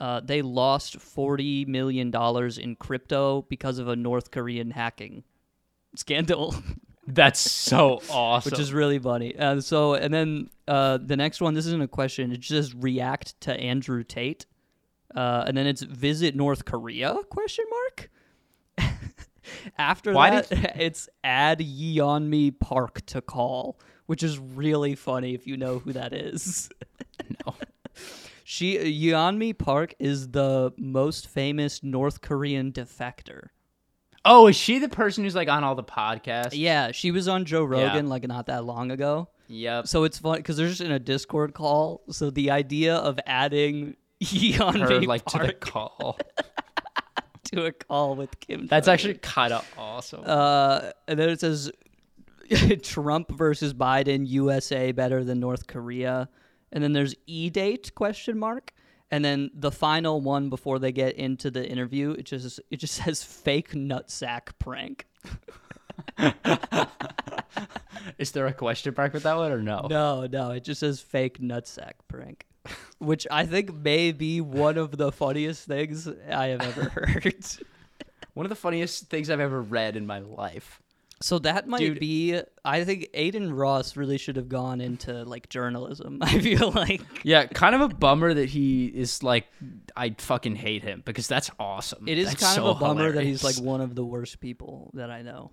Speaker 1: Uh, they lost forty million dollars in crypto because of a North Korean hacking scandal,
Speaker 2: That's so awesome.
Speaker 1: which is really funny. Uh, so, and then uh, the next one. This isn't a question. It's just react to Andrew Tate, uh, and then it's visit North Korea? Question mark. After
Speaker 2: Why
Speaker 1: that, it's add Yeonmi Park to call, which is really funny if you know who that is.
Speaker 2: No.
Speaker 1: She Yeonmi Park is the most famous North Korean defector.
Speaker 2: oh, is she the person who's like on all the podcasts?
Speaker 1: Yeah, she was on Joe Rogan like not that long ago.
Speaker 2: Yep.
Speaker 1: So it's fun because they're just in a Discord call. So the idea of adding Yeonmi
Speaker 2: Her like to the
Speaker 1: Park
Speaker 2: call.
Speaker 1: to, a call with Kim.
Speaker 2: That's
Speaker 1: Jong-un.
Speaker 2: actually kind of awesome.
Speaker 1: Uh, and then it says Trump versus Biden, USA better than North Korea. And then there's E date question mark. And then the final one before they get into the interview, it just it just says fake nutsack prank.
Speaker 2: is there a question mark with that one or no?
Speaker 1: No, no, it just says fake nutsack prank. Which I think may be one of the funniest things I have ever heard.
Speaker 2: One of the funniest things I've ever read in my life.
Speaker 1: So that might
Speaker 2: Dude.
Speaker 1: be I think Aiden Ross really should have gone into like journalism. I feel like
Speaker 2: Yeah, kind of a bummer that he is like, I fucking hate him because that's awesome.
Speaker 1: It is
Speaker 2: That's
Speaker 1: kind
Speaker 2: so
Speaker 1: of a bummer that he's like
Speaker 2: hilarious.
Speaker 1: one of the worst people that I know.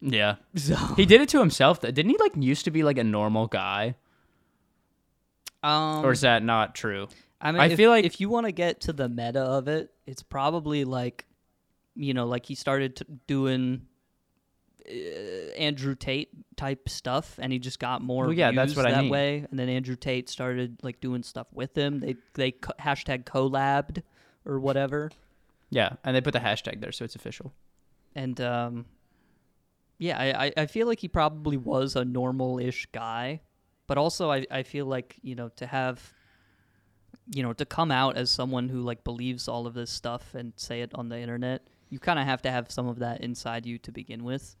Speaker 2: yeah.
Speaker 1: So
Speaker 2: He did it to himself. though. Didn't he like used to be like a normal guy?
Speaker 1: um,
Speaker 2: Or is that not true?
Speaker 1: I mean,
Speaker 2: I
Speaker 1: if,
Speaker 2: feel like-
Speaker 1: if you want to get to the meta of it, it's probably like, you know, like he started t- doing uh, Andrew Tate type stuff, and he just got more
Speaker 2: Well, yeah, that's
Speaker 1: views
Speaker 2: what I
Speaker 1: that
Speaker 2: mean.
Speaker 1: way. And then Andrew Tate started like doing stuff with him. They they co- hashtag collabed or whatever.
Speaker 2: Yeah, and they put the hashtag there, so it's official.
Speaker 1: and um, yeah, I, I- I feel like he probably was a normal-ish guy, but also I, I feel like you know to have, you know, to come out as someone who like believes all of this stuff and say it on the internet, you kind of have to have some of that inside you to begin with.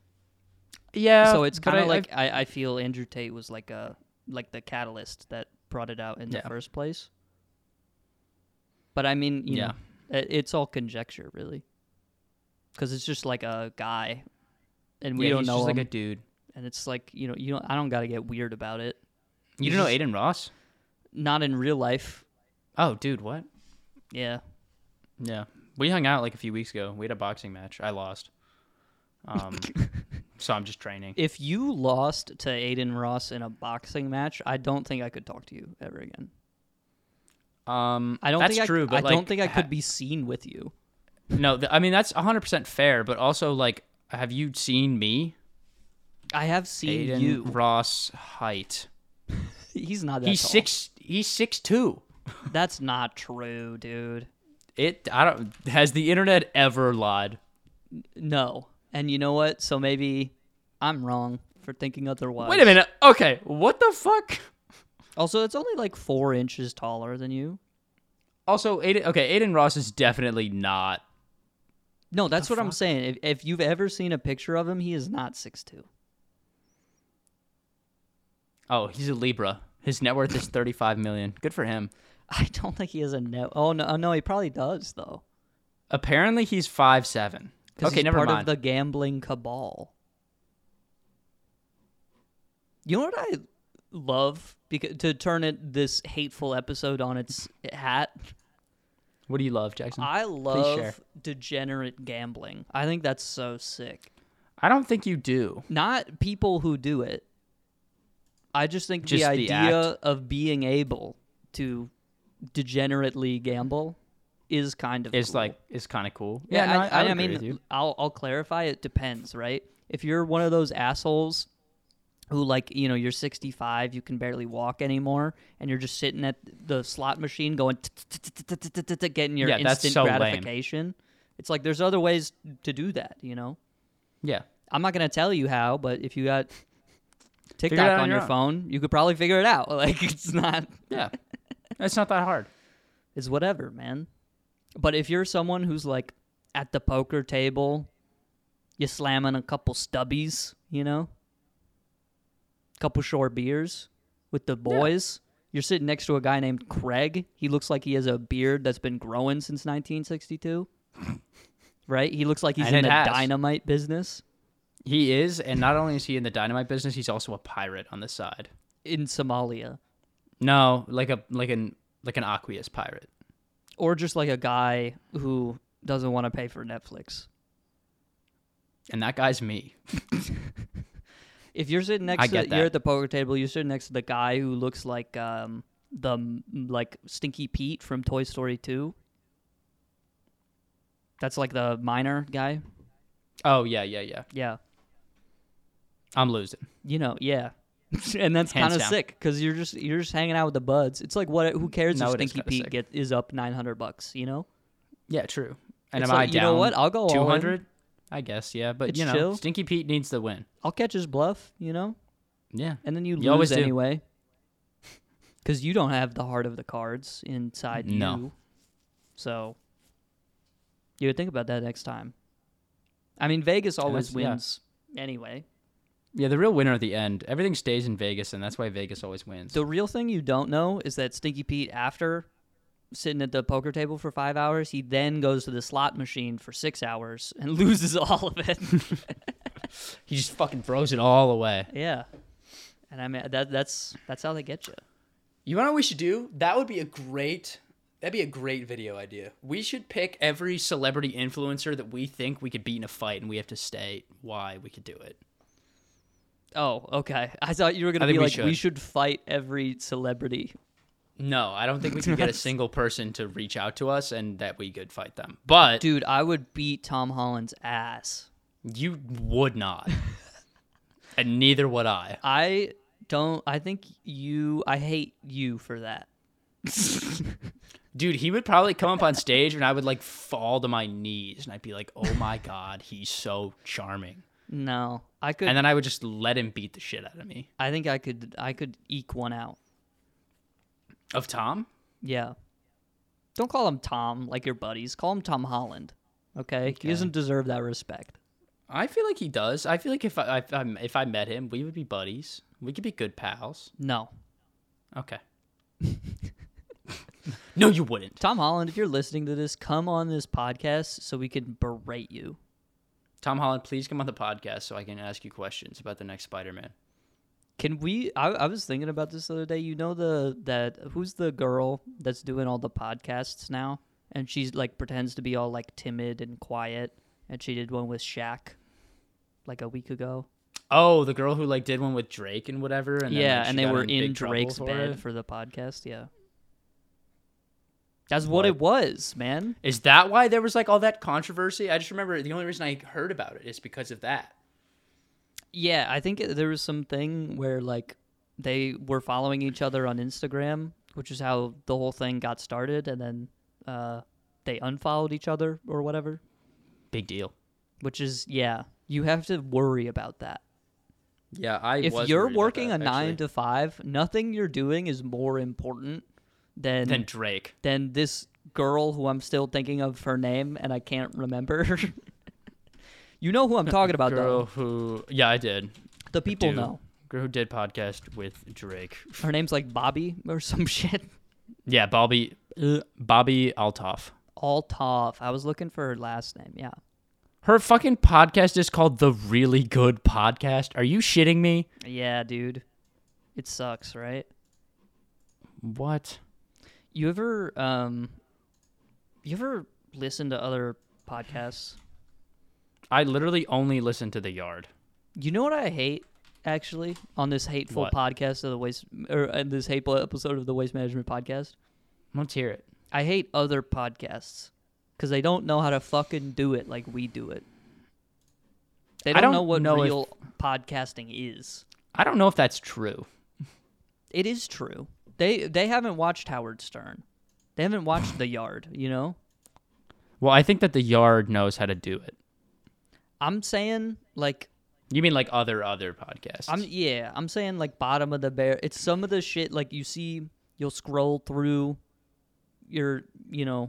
Speaker 2: Yeah.
Speaker 1: so it's
Speaker 2: but
Speaker 1: kind
Speaker 2: I-
Speaker 1: of like I, I feel Andrew Tate was like a like the catalyst that brought it out in
Speaker 2: Yeah.
Speaker 1: the first place. But I mean, you
Speaker 2: Yeah.
Speaker 1: know, i- it's all conjecture really, because it's just like a guy, and
Speaker 2: I've-
Speaker 1: we
Speaker 2: yeah,
Speaker 1: don't
Speaker 2: he's
Speaker 1: know
Speaker 2: just
Speaker 1: him,
Speaker 2: like a dude.
Speaker 1: and it's like you know you don't I don't got to get weird about it.
Speaker 2: You
Speaker 1: He's
Speaker 2: don't know
Speaker 1: just-
Speaker 2: Aiden Ross?
Speaker 1: Not in real life.
Speaker 2: Oh, dude, what?
Speaker 1: Yeah,
Speaker 2: Yeah. We hung out like a few weeks ago. We had a boxing match. I lost. Um, so I'm just training.
Speaker 1: if you lost to Aiden Ross in a boxing match, I don't think I could talk to you ever again.
Speaker 2: Um,
Speaker 1: I don't
Speaker 2: that's
Speaker 1: think
Speaker 2: true,
Speaker 1: I,
Speaker 2: but
Speaker 1: I
Speaker 2: like,
Speaker 1: don't think I
Speaker 2: ha-
Speaker 1: could be seen with you.
Speaker 2: No, th- I mean that's 100% fair, but also like have you seen me?
Speaker 1: I have seen
Speaker 2: Aiden
Speaker 1: you.
Speaker 2: Ross height.
Speaker 1: He's not that
Speaker 2: he's
Speaker 1: tall.
Speaker 2: 6 he's 6'2.
Speaker 1: That's not true, dude.
Speaker 2: It I don't has the internet ever lied?
Speaker 1: No. And you know what? So maybe I'm wrong for thinking otherwise.
Speaker 2: Wait a minute. Okay, what the fuck?
Speaker 1: Also, it's only like four inches taller than you.
Speaker 2: Also, Aiden okay, Aiden Ross is definitely not
Speaker 1: No, that's what I'm saying. If, if you've ever seen a picture of him, he is not 6'2.
Speaker 2: Oh, he's a Libra. His net worth is 35 million. Good for him.
Speaker 1: I don't think he has a no. Oh, no, oh, no he probably does, though.
Speaker 2: Apparently, he's five seven.
Speaker 1: 'Cause
Speaker 2: Okay,
Speaker 1: he's
Speaker 2: never
Speaker 1: part
Speaker 2: mind.
Speaker 1: of the gambling cabal. You know what I love? Because, to turn it this hateful episode on its hat.
Speaker 2: What do you love, Jackson? I,
Speaker 1: I
Speaker 2: Hmm. share.
Speaker 1: love degenerate gambling. I think that's so sick.
Speaker 2: don't think you do.
Speaker 1: Not people who do it. I just think
Speaker 2: Just
Speaker 1: the
Speaker 2: the
Speaker 1: idea of being able to degenerately gamble is kind of
Speaker 2: It's
Speaker 1: cool.
Speaker 2: like it's kind of cool.
Speaker 1: yeah.
Speaker 2: no,
Speaker 1: I, I,
Speaker 2: would agree
Speaker 1: mean,
Speaker 2: with you.
Speaker 1: I'll I'll clarify. It depends, right? If you're one of those assholes who like you know you're 65 you can barely walk anymore and you're just sitting at the slot machine going getting your
Speaker 2: Yeah, that's
Speaker 1: instant
Speaker 2: so lame.
Speaker 1: gratification it's like there's other ways to do that you know
Speaker 2: yeah,
Speaker 1: i'm not going to tell you how but if you got
Speaker 2: it
Speaker 1: tiktok
Speaker 2: out on
Speaker 1: on
Speaker 2: your
Speaker 1: your
Speaker 2: own.
Speaker 1: phone you could probably figure it out like it's not
Speaker 2: yeah. it's not that hard.
Speaker 1: it's whatever man but if you're someone who's like at the poker table you slamming a couple stubbies you know couple short beers with the boys. You're sitting next to a guy named Craig. He looks like he has a beard that's been growing since 1962. right? He looks like he's
Speaker 2: And
Speaker 1: in
Speaker 2: it
Speaker 1: the
Speaker 2: has.
Speaker 1: dynamite business
Speaker 2: He is, and not only is he in the dynamite business, he's also a pirate on the side.
Speaker 1: in Somalia,
Speaker 2: No, like a like an like an Aqueous pirate.
Speaker 1: or just like a guy who doesn't want to pay for Netflix.
Speaker 2: And that guy's me.
Speaker 1: If you're sitting next
Speaker 2: I
Speaker 1: to
Speaker 2: get that.
Speaker 1: you're at the poker table, you're sitting next to the guy who looks like um the m- like Stinky Pete from Toy Story 2. That's like the miner guy.
Speaker 2: Oh yeah, yeah, yeah.
Speaker 1: Yeah.
Speaker 2: I'm losing.
Speaker 1: you know, yeah. and that's
Speaker 2: Hands
Speaker 1: kind of
Speaker 2: down.
Speaker 1: sick because you're just you're just hanging out with the buds. It's like what? Who cares
Speaker 2: No,
Speaker 1: if
Speaker 2: it is
Speaker 1: Stinky
Speaker 2: kinda
Speaker 1: Pete
Speaker 2: sick.
Speaker 1: get is up nine hundred bucks? You know,
Speaker 2: Yeah, true. And
Speaker 1: It's
Speaker 2: am
Speaker 1: like, you
Speaker 2: I down?
Speaker 1: know what? I'll go all in.
Speaker 2: two hundred. I guess yeah, but
Speaker 1: It's
Speaker 2: you know,
Speaker 1: chill.
Speaker 2: Stinky Pete needs the win.
Speaker 1: I'll catch his bluff. You know,
Speaker 2: Yeah.
Speaker 1: and then you,
Speaker 2: You always
Speaker 1: lose
Speaker 2: do.
Speaker 1: anyway because you don't have the heart of the cards inside
Speaker 2: No.
Speaker 1: you. So you would think about that next time. I mean, Vegas always
Speaker 2: that's- yeah.
Speaker 1: wins anyway.
Speaker 2: Yeah, the real winner at the end. Everything stays in Vegas, and that's why Vegas always wins.
Speaker 1: The real thing you don't know is that Stinky Pete, after sitting at the poker table for five hours, he then goes to the slot machine for six hours and loses all of it.
Speaker 2: He just fucking throws it all away.
Speaker 1: yeah, and I mean that that's that's how they get you.
Speaker 2: You want to know what we should do? That would be a great. That'd be a great video idea. We should pick every celebrity influencer that we think we could beat in a fight, and we have to state why we could do it.
Speaker 1: Oh, okay. I thought you were
Speaker 2: I
Speaker 1: gonna
Speaker 2: think
Speaker 1: be
Speaker 2: we
Speaker 1: like, we
Speaker 2: should.
Speaker 1: should fight every celebrity.
Speaker 2: No, I don't think we can get a single person to reach out to us and that we could fight them. But
Speaker 1: Dude, I would beat Tom Holland's ass.
Speaker 2: you would not, and neither would I.
Speaker 1: I don't. I think you. I hate you for that.
Speaker 2: Dude, he would probably come up on stage and I would like fall to my knees and I'd be like, oh my God, he's so charming.
Speaker 1: No, I could.
Speaker 2: And then I would just let him beat the shit out of me.
Speaker 1: I think I could. I could eke one out.
Speaker 2: Of Tom?
Speaker 1: Yeah. Don't call him Tom like your buddies. Call him Tom Holland. Okay. He doesn't deserve that respect.
Speaker 2: I feel like he does. I feel like if I, if I if I met him, we would be buddies. We could be good pals.
Speaker 1: No.
Speaker 2: Okay. no, you wouldn't.
Speaker 1: Tom Holland, if you're listening to this, come on this podcast so we can berate you.
Speaker 2: Tom Holland, please come on the podcast so I can ask you questions about the next Spider-Man.
Speaker 1: Can we? I, I was thinking about this the other day. You know the that who's the girl that's doing all the podcasts now, and she's like pretends to be all like timid and quiet, and she did one with Shaq, like a week ago.
Speaker 2: Oh, the girl who like did one with Drake and whatever. And then,
Speaker 1: yeah,
Speaker 2: like, she
Speaker 1: and they
Speaker 2: got
Speaker 1: were
Speaker 2: big
Speaker 1: in
Speaker 2: trouble
Speaker 1: Drake's
Speaker 2: for
Speaker 1: bed
Speaker 2: it.
Speaker 1: for the podcast. Yeah, that's what, it was, man.
Speaker 2: Is that why there was like all that controversy? I just remember the only reason I heard about it is because of that.
Speaker 1: Yeah, I think it- there was some thing where like they were following each other on Instagram, which is how the whole thing got started, and then uh, they unfollowed each other or whatever.
Speaker 2: Big deal.
Speaker 1: Which is yeah, you have to worry about that.
Speaker 2: Yeah, I.
Speaker 1: If
Speaker 2: was
Speaker 1: you're
Speaker 2: worried about
Speaker 1: working
Speaker 2: that,
Speaker 1: a nine
Speaker 2: actually.
Speaker 1: to five, nothing you're doing is more important than than,
Speaker 2: then Drake.
Speaker 1: this girl who I'm still thinking of her name and I can't remember. you know who I'm talking about
Speaker 2: Girl
Speaker 1: though.
Speaker 2: who, yeah, I did.
Speaker 1: The people
Speaker 2: do.
Speaker 1: know.
Speaker 2: Girl who did podcast with Drake.
Speaker 1: Her name's like Bobby or some shit.
Speaker 2: Yeah, Bobby, uh, Bobby Altoff.
Speaker 1: Altov. I was looking for her last name. Yeah.
Speaker 2: Her fucking podcast is called The Really Good Podcast. Are you shitting me?
Speaker 1: Yeah, dude. It sucks, right?
Speaker 2: What?
Speaker 1: You ever um you ever listen to other podcasts?
Speaker 2: I literally only listen to The Yard.
Speaker 1: You know what I hate actually on this hateful
Speaker 2: What?
Speaker 1: podcast of the waste or in this hateful episode of the waste management podcast?
Speaker 2: Let's hear it.
Speaker 1: I hate other podcasts cuz they don't know how to fucking do it like we do it. They
Speaker 2: I
Speaker 1: don't,
Speaker 2: don't
Speaker 1: know what
Speaker 2: know if-
Speaker 1: real podcasting is.
Speaker 2: I don't know if that's true.
Speaker 1: It is true. They they haven't watched Howard Stern. They haven't watched The Yard, you know?
Speaker 2: Well, I think that The Yard knows how to do it.
Speaker 1: I'm saying like
Speaker 2: You mean like other other podcasts?
Speaker 1: I'm yeah, I'm saying like bottom of the bear. It's some of the shit like you see you'll scroll through your, you know,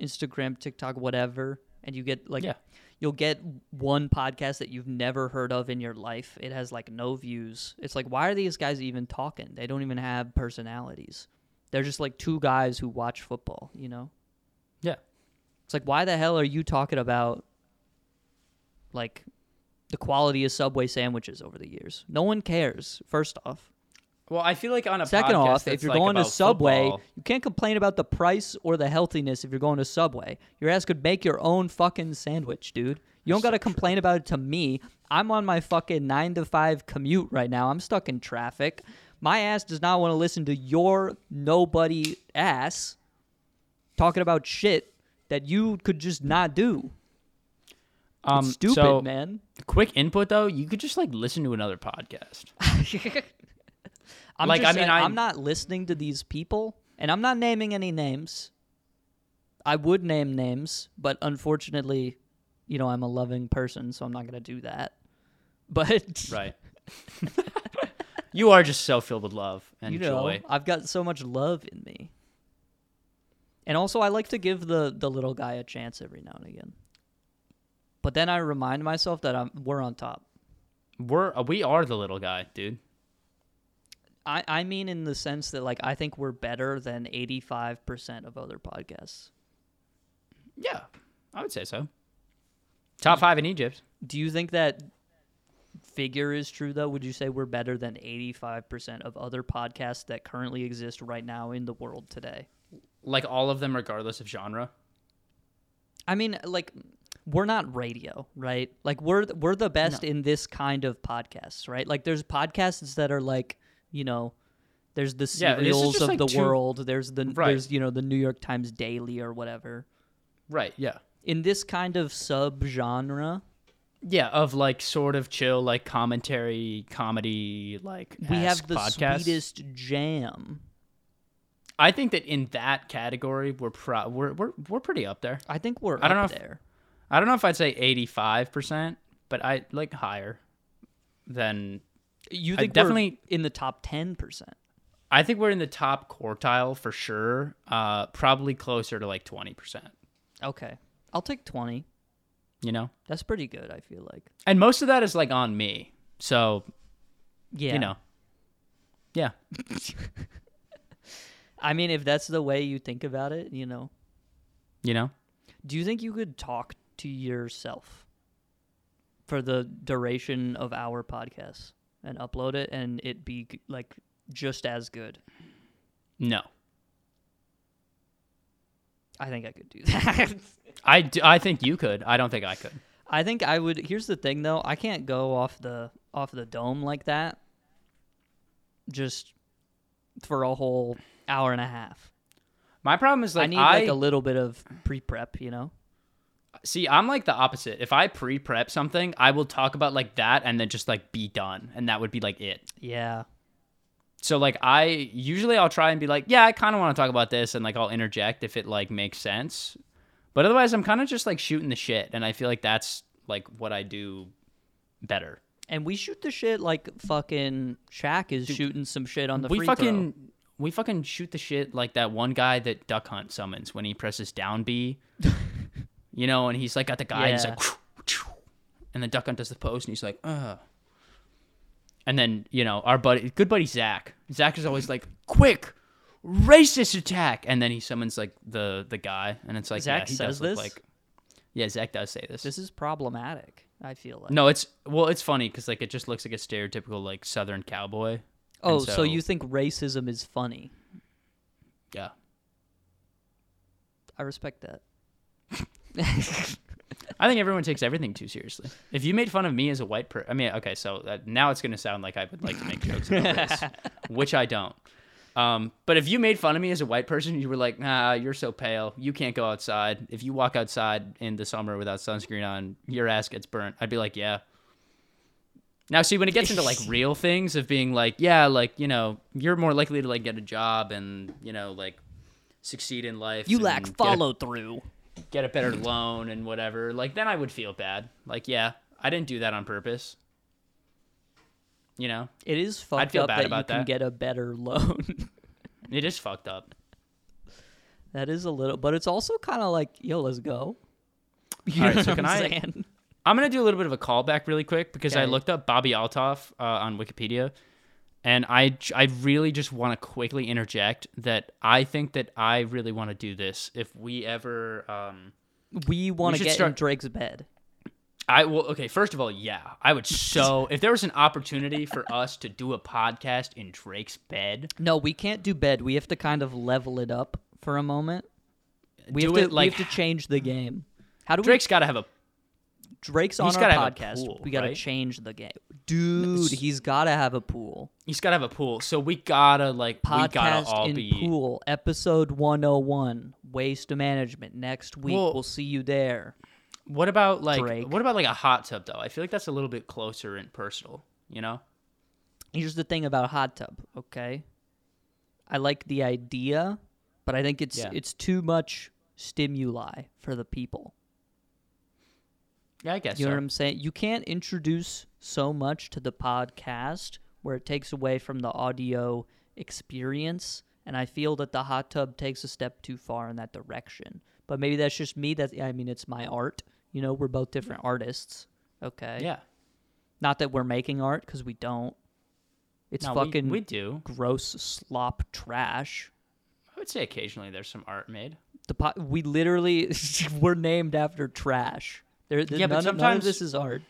Speaker 1: Instagram, TikTok, whatever, and you get like
Speaker 2: Yeah.
Speaker 1: you'll get one podcast that you've never heard of in your life. It has like no views. It's like why are these guys even talking? They don't even have personalities. They're just like two guys who watch football, you know?
Speaker 2: yeah.
Speaker 1: It's like, why the hell are you talking about like the quality of Subway sandwiches over the years? No one cares. First off,
Speaker 2: Well, I feel like on a
Speaker 1: second
Speaker 2: podcast
Speaker 1: off, if
Speaker 2: that's,
Speaker 1: you're
Speaker 2: like,
Speaker 1: going to
Speaker 2: about
Speaker 1: Subway,
Speaker 2: football-
Speaker 1: you can't complain about the price or the healthiness if you're going to Subway. Your ass could make your own fucking sandwich, dude. You don't got to complain about it to me. I'm on my fucking nine to five commute right now. I'm stuck in traffic. My ass does not want to listen to your nobody ass talking about shit that you could just not do.
Speaker 2: um,
Speaker 1: It's stupid,
Speaker 2: so,
Speaker 1: man.
Speaker 2: Quick input though, you could just like listen to another podcast.
Speaker 1: I'm
Speaker 2: Like,
Speaker 1: just
Speaker 2: I mean,
Speaker 1: saying, I'm,
Speaker 2: I'm-
Speaker 1: not listening to these people, and I'm not naming any names. I would name names, but unfortunately, you know, I'm a loving person, so I'm not going to do that. But
Speaker 2: Right. you are just so filled with love and
Speaker 1: you know,
Speaker 2: joy.
Speaker 1: I've got so much love in me, and also I like to give the the little guy a chance every now and again. But then I remind myself that I'm we're on top.
Speaker 2: We're uh, we are the little guy, dude.
Speaker 1: I, I mean in the sense that like I think we're better than 85% of other podcasts.
Speaker 2: Yeah, I would say so.
Speaker 1: Mm.
Speaker 2: Top five in Egypt.
Speaker 1: Do you think that figure is true though? Would you say we're better than 85% of other podcasts that currently exist right now in the world today?
Speaker 2: Like all of them, regardless of genre.
Speaker 1: I mean like we're not radio, right? Like we're th- we're the best in this kind of podcasts, right? Like there's podcasts that are like, you know, there's the
Speaker 2: Yeah, this is
Speaker 1: serials
Speaker 2: just,
Speaker 1: of
Speaker 2: like,
Speaker 1: the
Speaker 2: two-
Speaker 1: world, there's the
Speaker 2: Right.
Speaker 1: there's you know, the New York Times Daily or whatever.
Speaker 2: Right. Yeah.
Speaker 1: in this kind of subgenre,
Speaker 2: Yeah, of like sort of chill, like commentary, comedy, like
Speaker 1: we have
Speaker 2: esque
Speaker 1: the
Speaker 2: podcasts.
Speaker 1: sweetest jam.
Speaker 2: I think that in that category, we're pro- we're, we're we're pretty up there.
Speaker 1: I think we're
Speaker 2: I don't
Speaker 1: up
Speaker 2: know if-
Speaker 1: there.
Speaker 2: I don't know if I'd say eighty five percent, but I like higher than.
Speaker 1: You
Speaker 2: I
Speaker 1: think we're
Speaker 2: definitely-
Speaker 1: in the top ten percent?
Speaker 2: I think we're in the top quartile for sure. Uh, probably closer to like twenty percent.
Speaker 1: Okay, I'll take twenty.
Speaker 2: You know,
Speaker 1: That's pretty good. I feel like.
Speaker 2: and most of that is like on me. So
Speaker 1: Yeah.
Speaker 2: you know, yeah.
Speaker 1: I mean, if that's the way you think about it, you know,
Speaker 2: You know,
Speaker 1: do you think you could talk to yourself for the duration of our podcast and upload it and it be g- like just as good?
Speaker 2: no.
Speaker 1: I think I could do that.
Speaker 2: I do, I think you could. I don't think I could.
Speaker 1: I think I would. Here's the thing, though. I can't go off the off the dome like that. Just for a whole hour and a half.
Speaker 2: My problem is like
Speaker 1: I need
Speaker 2: I
Speaker 1: like a little bit of pre prep, you know.
Speaker 2: See, I'm like the opposite. If I pre-prep something, I will talk about like that and then just like be done, and that would be like it.
Speaker 1: Yeah.
Speaker 2: So like I usually I'll try and be like, yeah, I kind of want to talk about this, and like I'll interject if it like makes sense. But otherwise, I'm kind of just like shooting the shit, and I feel like that's like what I do better.
Speaker 1: And we shoot the shit like fucking Shaq is shooting some shit on the
Speaker 2: we
Speaker 1: free
Speaker 2: fucking we fucking shoot the shit like that one guy that Duck Hunt summons when he presses down B. you know, and he's like got the guy and he's
Speaker 1: Yeah.
Speaker 2: like and then Duck Hunt does the pose and he's like, uh and then, you know, our buddy good buddy Zach. Zach is always like, quick, racist attack and then he summons like the the guy and it's like
Speaker 1: Zach
Speaker 2: yeah, he
Speaker 1: says
Speaker 2: does look
Speaker 1: this?
Speaker 2: like Yeah, Zach does say this.
Speaker 1: This is problematic. I feel like.
Speaker 2: no, it's well, it's funny because like it just looks like a stereotypical like Southern cowboy.
Speaker 1: oh,
Speaker 2: and
Speaker 1: so, you think racism is funny?
Speaker 2: yeah?
Speaker 1: I respect that.
Speaker 2: I think everyone takes everything too seriously. If you made fun of me as a white person, I mean, okay, so that, now it's going to sound like I would like to make jokes about race, which I don't. Um, but if you made fun of me as a white person, you were like, nah, you're so pale. You can't go outside. If you walk outside in the summer without sunscreen on, your ass gets burnt. I'd be like, yeah. Now, see, when it gets into like real things of being like, yeah, like, you know, you're more likely to like get a job and, you know, like succeed in life.
Speaker 1: You lack
Speaker 2: and get a
Speaker 1: follow through.
Speaker 2: get a better loan and whatever, like then I would feel bad. Like, yeah, I didn't do that on purpose. You know,
Speaker 1: It is fucked
Speaker 2: feel
Speaker 1: up
Speaker 2: bad
Speaker 1: that
Speaker 2: about
Speaker 1: you can
Speaker 2: that.
Speaker 1: get a better loan.
Speaker 2: it is fucked up.
Speaker 1: that is a little, but it's also kind of like, yo, let's go. You
Speaker 2: All right,
Speaker 1: know
Speaker 2: so
Speaker 1: what
Speaker 2: can
Speaker 1: I'm
Speaker 2: I-
Speaker 1: saying?
Speaker 2: I'm gonna do a little bit of a callback really quick because I
Speaker 1: Okay.
Speaker 2: looked up Bobby Altoff uh, on Wikipedia, and I j- I really just want to quickly interject that I think that I really want to do this if we ever. Um,
Speaker 1: We want to
Speaker 2: should
Speaker 1: get in
Speaker 2: start-
Speaker 1: Drake's bed.
Speaker 2: I will okay. First of all, yeah, I would so if there was an opportunity for us to do a podcast in Drake's bed,
Speaker 1: No, we can't do bed. We have to kind of level it up for a moment. We
Speaker 2: Uh,
Speaker 1: have
Speaker 2: do
Speaker 1: to
Speaker 2: it like
Speaker 1: we have to change the game. How do
Speaker 2: Drake's got to have a
Speaker 1: we Drake's on
Speaker 2: he's
Speaker 1: our
Speaker 2: gotta have a
Speaker 1: podcast?
Speaker 2: pool,
Speaker 1: we got to
Speaker 2: right?
Speaker 1: change the game. Dude, he's got to have a pool.
Speaker 2: He's gotta have a pool, so we gotta like we gotta
Speaker 1: Podcast
Speaker 2: all
Speaker 1: in
Speaker 2: be.
Speaker 1: pool, episode 101, waste management next week.
Speaker 2: Well-
Speaker 1: we'll see you there.
Speaker 2: What about like
Speaker 1: Drake.
Speaker 2: what about like a hot tub though? I feel like that's a little bit closer and personal. You know,
Speaker 1: Here's the thing about a hot tub, okay? I like the idea, but I think it's
Speaker 2: Yeah.
Speaker 1: it's too much stimuli for the people.
Speaker 2: yeah, I guess.
Speaker 1: You know
Speaker 2: so.
Speaker 1: what I'm saying? You can't introduce so much to the podcast where it takes away from the audio experience. And I feel that the hot tub takes a step too far in that direction. But maybe that's just me. That's I mean, it's my art. You know, we're both different artists. Okay.
Speaker 2: yeah,
Speaker 1: Not that we're making art because we don't. It's
Speaker 2: no, we-
Speaker 1: fucking
Speaker 2: We, do.
Speaker 1: gross slop trash.
Speaker 2: I would say occasionally there's some art made.
Speaker 1: The po- we literally we're named after trash. There, there-
Speaker 2: Yeah,
Speaker 1: none,
Speaker 2: but
Speaker 1: of- none of
Speaker 2: sometimes-
Speaker 1: this is art.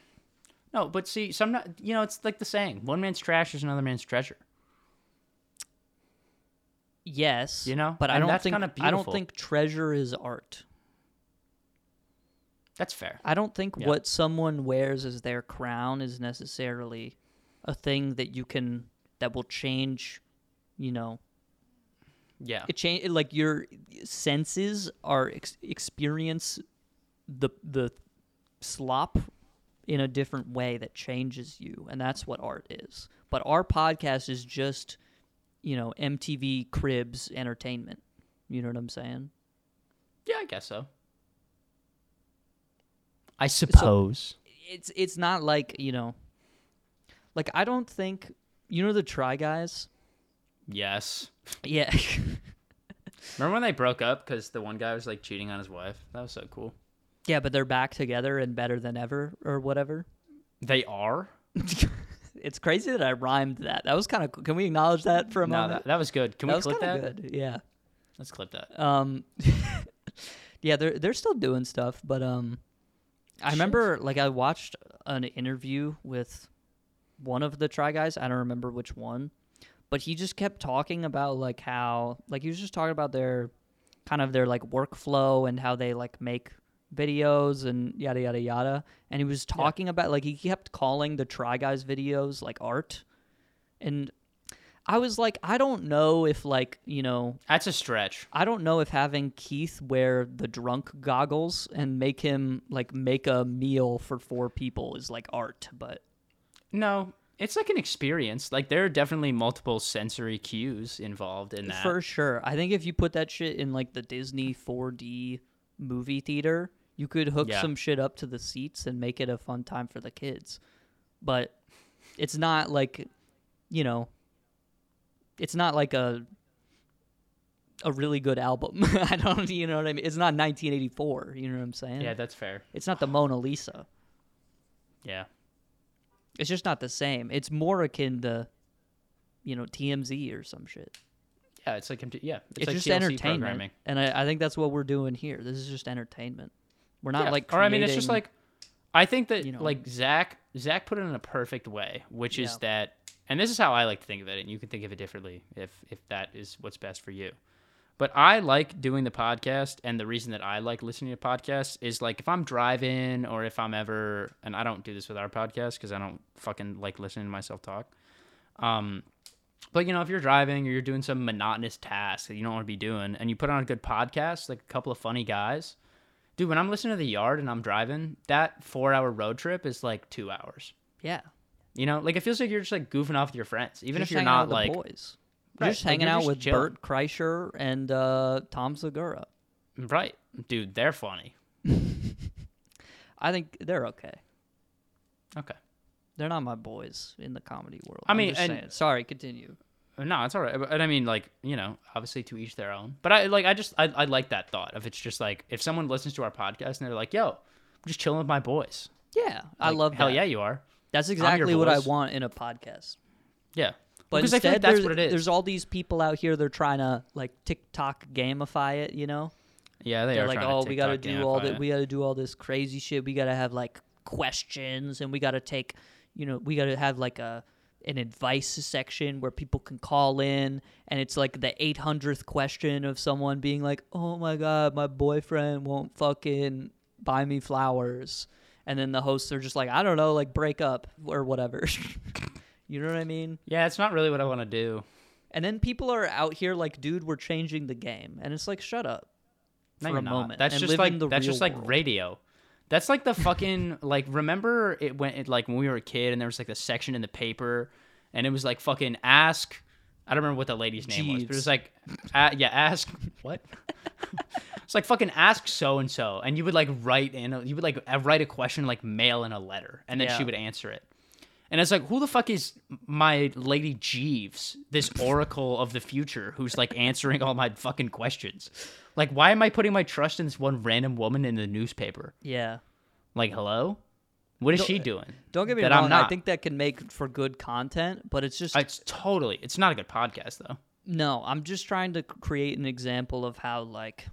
Speaker 2: No, but see, some not, you know, it's like the saying: one man's trash is another man's treasure.
Speaker 1: Yes,
Speaker 2: You know?
Speaker 1: but I
Speaker 2: And
Speaker 1: don't
Speaker 2: that's
Speaker 1: think
Speaker 2: kinda
Speaker 1: I don't
Speaker 2: beautiful.
Speaker 1: think treasure is art.
Speaker 2: That's fair.
Speaker 1: I don't think
Speaker 2: Yeah.
Speaker 1: what someone wears as their crown is necessarily a thing that you can that will change. You know,
Speaker 2: Yeah,
Speaker 1: it change like your senses are ex- experience the the slop in a different way that changes you, and that's what art is. But our podcast is just you know, MTV Cribs entertainment. You know what I'm saying?
Speaker 2: Yeah, I guess so. I suppose.
Speaker 1: It's it's not like, you know, like I don't think you know the Try Guys?
Speaker 2: yes.
Speaker 1: Yeah.
Speaker 2: Remember when they broke up because the one guy was like cheating on his wife? That was so cool.
Speaker 1: yeah, but they're back together and better than ever or whatever.
Speaker 2: They are.
Speaker 1: It's crazy that I rhymed that. That was kind of cool. Can we acknowledge that for a
Speaker 2: No,
Speaker 1: moment?
Speaker 2: that, that was good. Can
Speaker 1: That
Speaker 2: we
Speaker 1: was
Speaker 2: clip
Speaker 1: kinda
Speaker 2: that?
Speaker 1: good. Yeah.
Speaker 2: Let's clip that.
Speaker 1: Um, yeah, they're they're still doing stuff, but um, I remember like I watched an interview with one of the try guys. I don't remember which one, but he just kept talking about like how like he was just talking about their kind of their like workflow and how they like make videos and yada yada yada. And he was talking about like he kept calling the try guys videos like art, and I was like, I don't know if like you know
Speaker 2: That's a stretch.
Speaker 1: I don't know if having Keith wear the drunk goggles and make him like make a meal for four people is like art, but
Speaker 2: No, it's like an experience. Like there are definitely multiple sensory cues involved in that.
Speaker 1: for sure. I think if you put that shit in like the Disney 4D movie theater, you could hook
Speaker 2: Yeah.
Speaker 1: some shit up to the seats and make it a fun time for the kids. But it's not like, you know, it's not like a a really good album. I don't, you know what I mean? It's not 1984, you know what I'm saying?
Speaker 2: yeah, that's fair.
Speaker 1: It's not the Mona Lisa.
Speaker 2: Yeah.
Speaker 1: It's just not the same. It's more akin to, you know, TMZ or some shit.
Speaker 2: Yeah, it's like MT- yeah, it's,
Speaker 1: It's,
Speaker 2: like
Speaker 1: just
Speaker 2: TLC
Speaker 1: entertainment,
Speaker 2: programming.
Speaker 1: and I, I think that's what we're doing here. This is just entertainment. We're not
Speaker 2: Yeah.
Speaker 1: like,
Speaker 2: or I mean, it's just
Speaker 1: creating-
Speaker 2: like I think that
Speaker 1: you know.
Speaker 2: like Zach Zach put it in a perfect way, which
Speaker 1: Yeah.
Speaker 2: is that, and this is how I like to think of it, and you can think of it differently if if that is what's best for you. But I like doing the podcast, and the reason that I like listening to podcasts is like if I'm driving or if I'm ever, and I don't do this with our podcast because I don't fucking like listening to myself talk. Um, but you know, if you're driving or you're doing some monotonous task that you don't want to be doing, and you put on a good podcast, like a couple of funny guys, dude. When I'm listening to the yard and I'm driving, that four-hour road trip is like two hours.
Speaker 1: yeah,
Speaker 2: You know, like it feels like you're just like goofing off with your friends, even
Speaker 1: just
Speaker 2: if you're
Speaker 1: hanging out
Speaker 2: not
Speaker 1: with
Speaker 2: like
Speaker 1: the boys.
Speaker 2: Right,
Speaker 1: You're just
Speaker 2: like,
Speaker 1: hanging
Speaker 2: you're
Speaker 1: out
Speaker 2: just
Speaker 1: with
Speaker 2: chilling.
Speaker 1: Bert Kreischer and uh, Tom Segura.
Speaker 2: right, dude. They're funny.
Speaker 1: I think they're okay.
Speaker 2: Okay,
Speaker 1: They're not my boys in the comedy world.
Speaker 2: I
Speaker 1: I'm
Speaker 2: mean,
Speaker 1: just
Speaker 2: and-
Speaker 1: saying. sorry. Continue.
Speaker 2: Uh, no, it's all right. And I mean, like you know, obviously to each their own. But I like I just I, I like that thought of it's just like if someone listens to our podcast and they're like, "Yo, I'm just chilling with my boys."
Speaker 1: Yeah, I
Speaker 2: Like,
Speaker 1: love.
Speaker 2: Hell
Speaker 1: that.
Speaker 2: yeah, you are.
Speaker 1: That's
Speaker 2: your
Speaker 1: exactly what I
Speaker 2: voice.
Speaker 1: want in a podcast.
Speaker 2: Yeah.
Speaker 1: But
Speaker 2: because I
Speaker 1: instead,
Speaker 2: feel like that's
Speaker 1: there's-
Speaker 2: what it is.
Speaker 1: There's all these people out here. They're trying to like TikTok gamify it. You know,
Speaker 2: Yeah, they
Speaker 1: they're
Speaker 2: are
Speaker 1: like,
Speaker 2: trying
Speaker 1: oh, we gotta
Speaker 2: TikTok
Speaker 1: do all
Speaker 2: gamify
Speaker 1: that.
Speaker 2: it.
Speaker 1: We gotta do all this crazy shit. We gotta have like questions, and we gotta take, you know, we gotta have like a an advice section where people can call in, and it's like the 800th question of someone being like, oh my god, my boyfriend won't fucking buy me flowers, and then the hosts are just like, I don't know, like break up or whatever. you know what I mean?
Speaker 2: yeah, it's not really what I want to do.
Speaker 1: And then people are out here like, dude, we're changing the game. And it's like, shut up.
Speaker 2: No,
Speaker 1: for
Speaker 2: you're
Speaker 1: a
Speaker 2: not.
Speaker 1: moment
Speaker 2: That's
Speaker 1: and
Speaker 2: just
Speaker 1: live
Speaker 2: like
Speaker 1: in the
Speaker 2: that's just
Speaker 1: real
Speaker 2: like
Speaker 1: world.
Speaker 2: radio. That's like the fucking like remember it went it, like when we were a kid and there was like the section in the paper and it was like fucking ask. I don't remember what the lady's name was, but it
Speaker 1: Jeeves.
Speaker 2: was like, a yeah, ask what? it's like fucking ask so and so, and you would like write in, a, you would like uh, write a question, like mail in a letter, and then
Speaker 1: Yeah.
Speaker 2: she would answer it. And it's like, who the fuck is my lady Jeeves, this oracle of the future, who's like answering all my fucking questions? Like, why am I putting my trust in this one random woman in the newspaper?
Speaker 1: Yeah.
Speaker 2: Like, hello, what is
Speaker 1: Don't-
Speaker 2: she doing?
Speaker 1: Don't get me
Speaker 2: That I'm
Speaker 1: wrong. I
Speaker 2: not.
Speaker 1: think that can make for good content, but it's just
Speaker 2: It's totally, it's not a good podcast though.
Speaker 1: no. I'm just trying to create an example of how like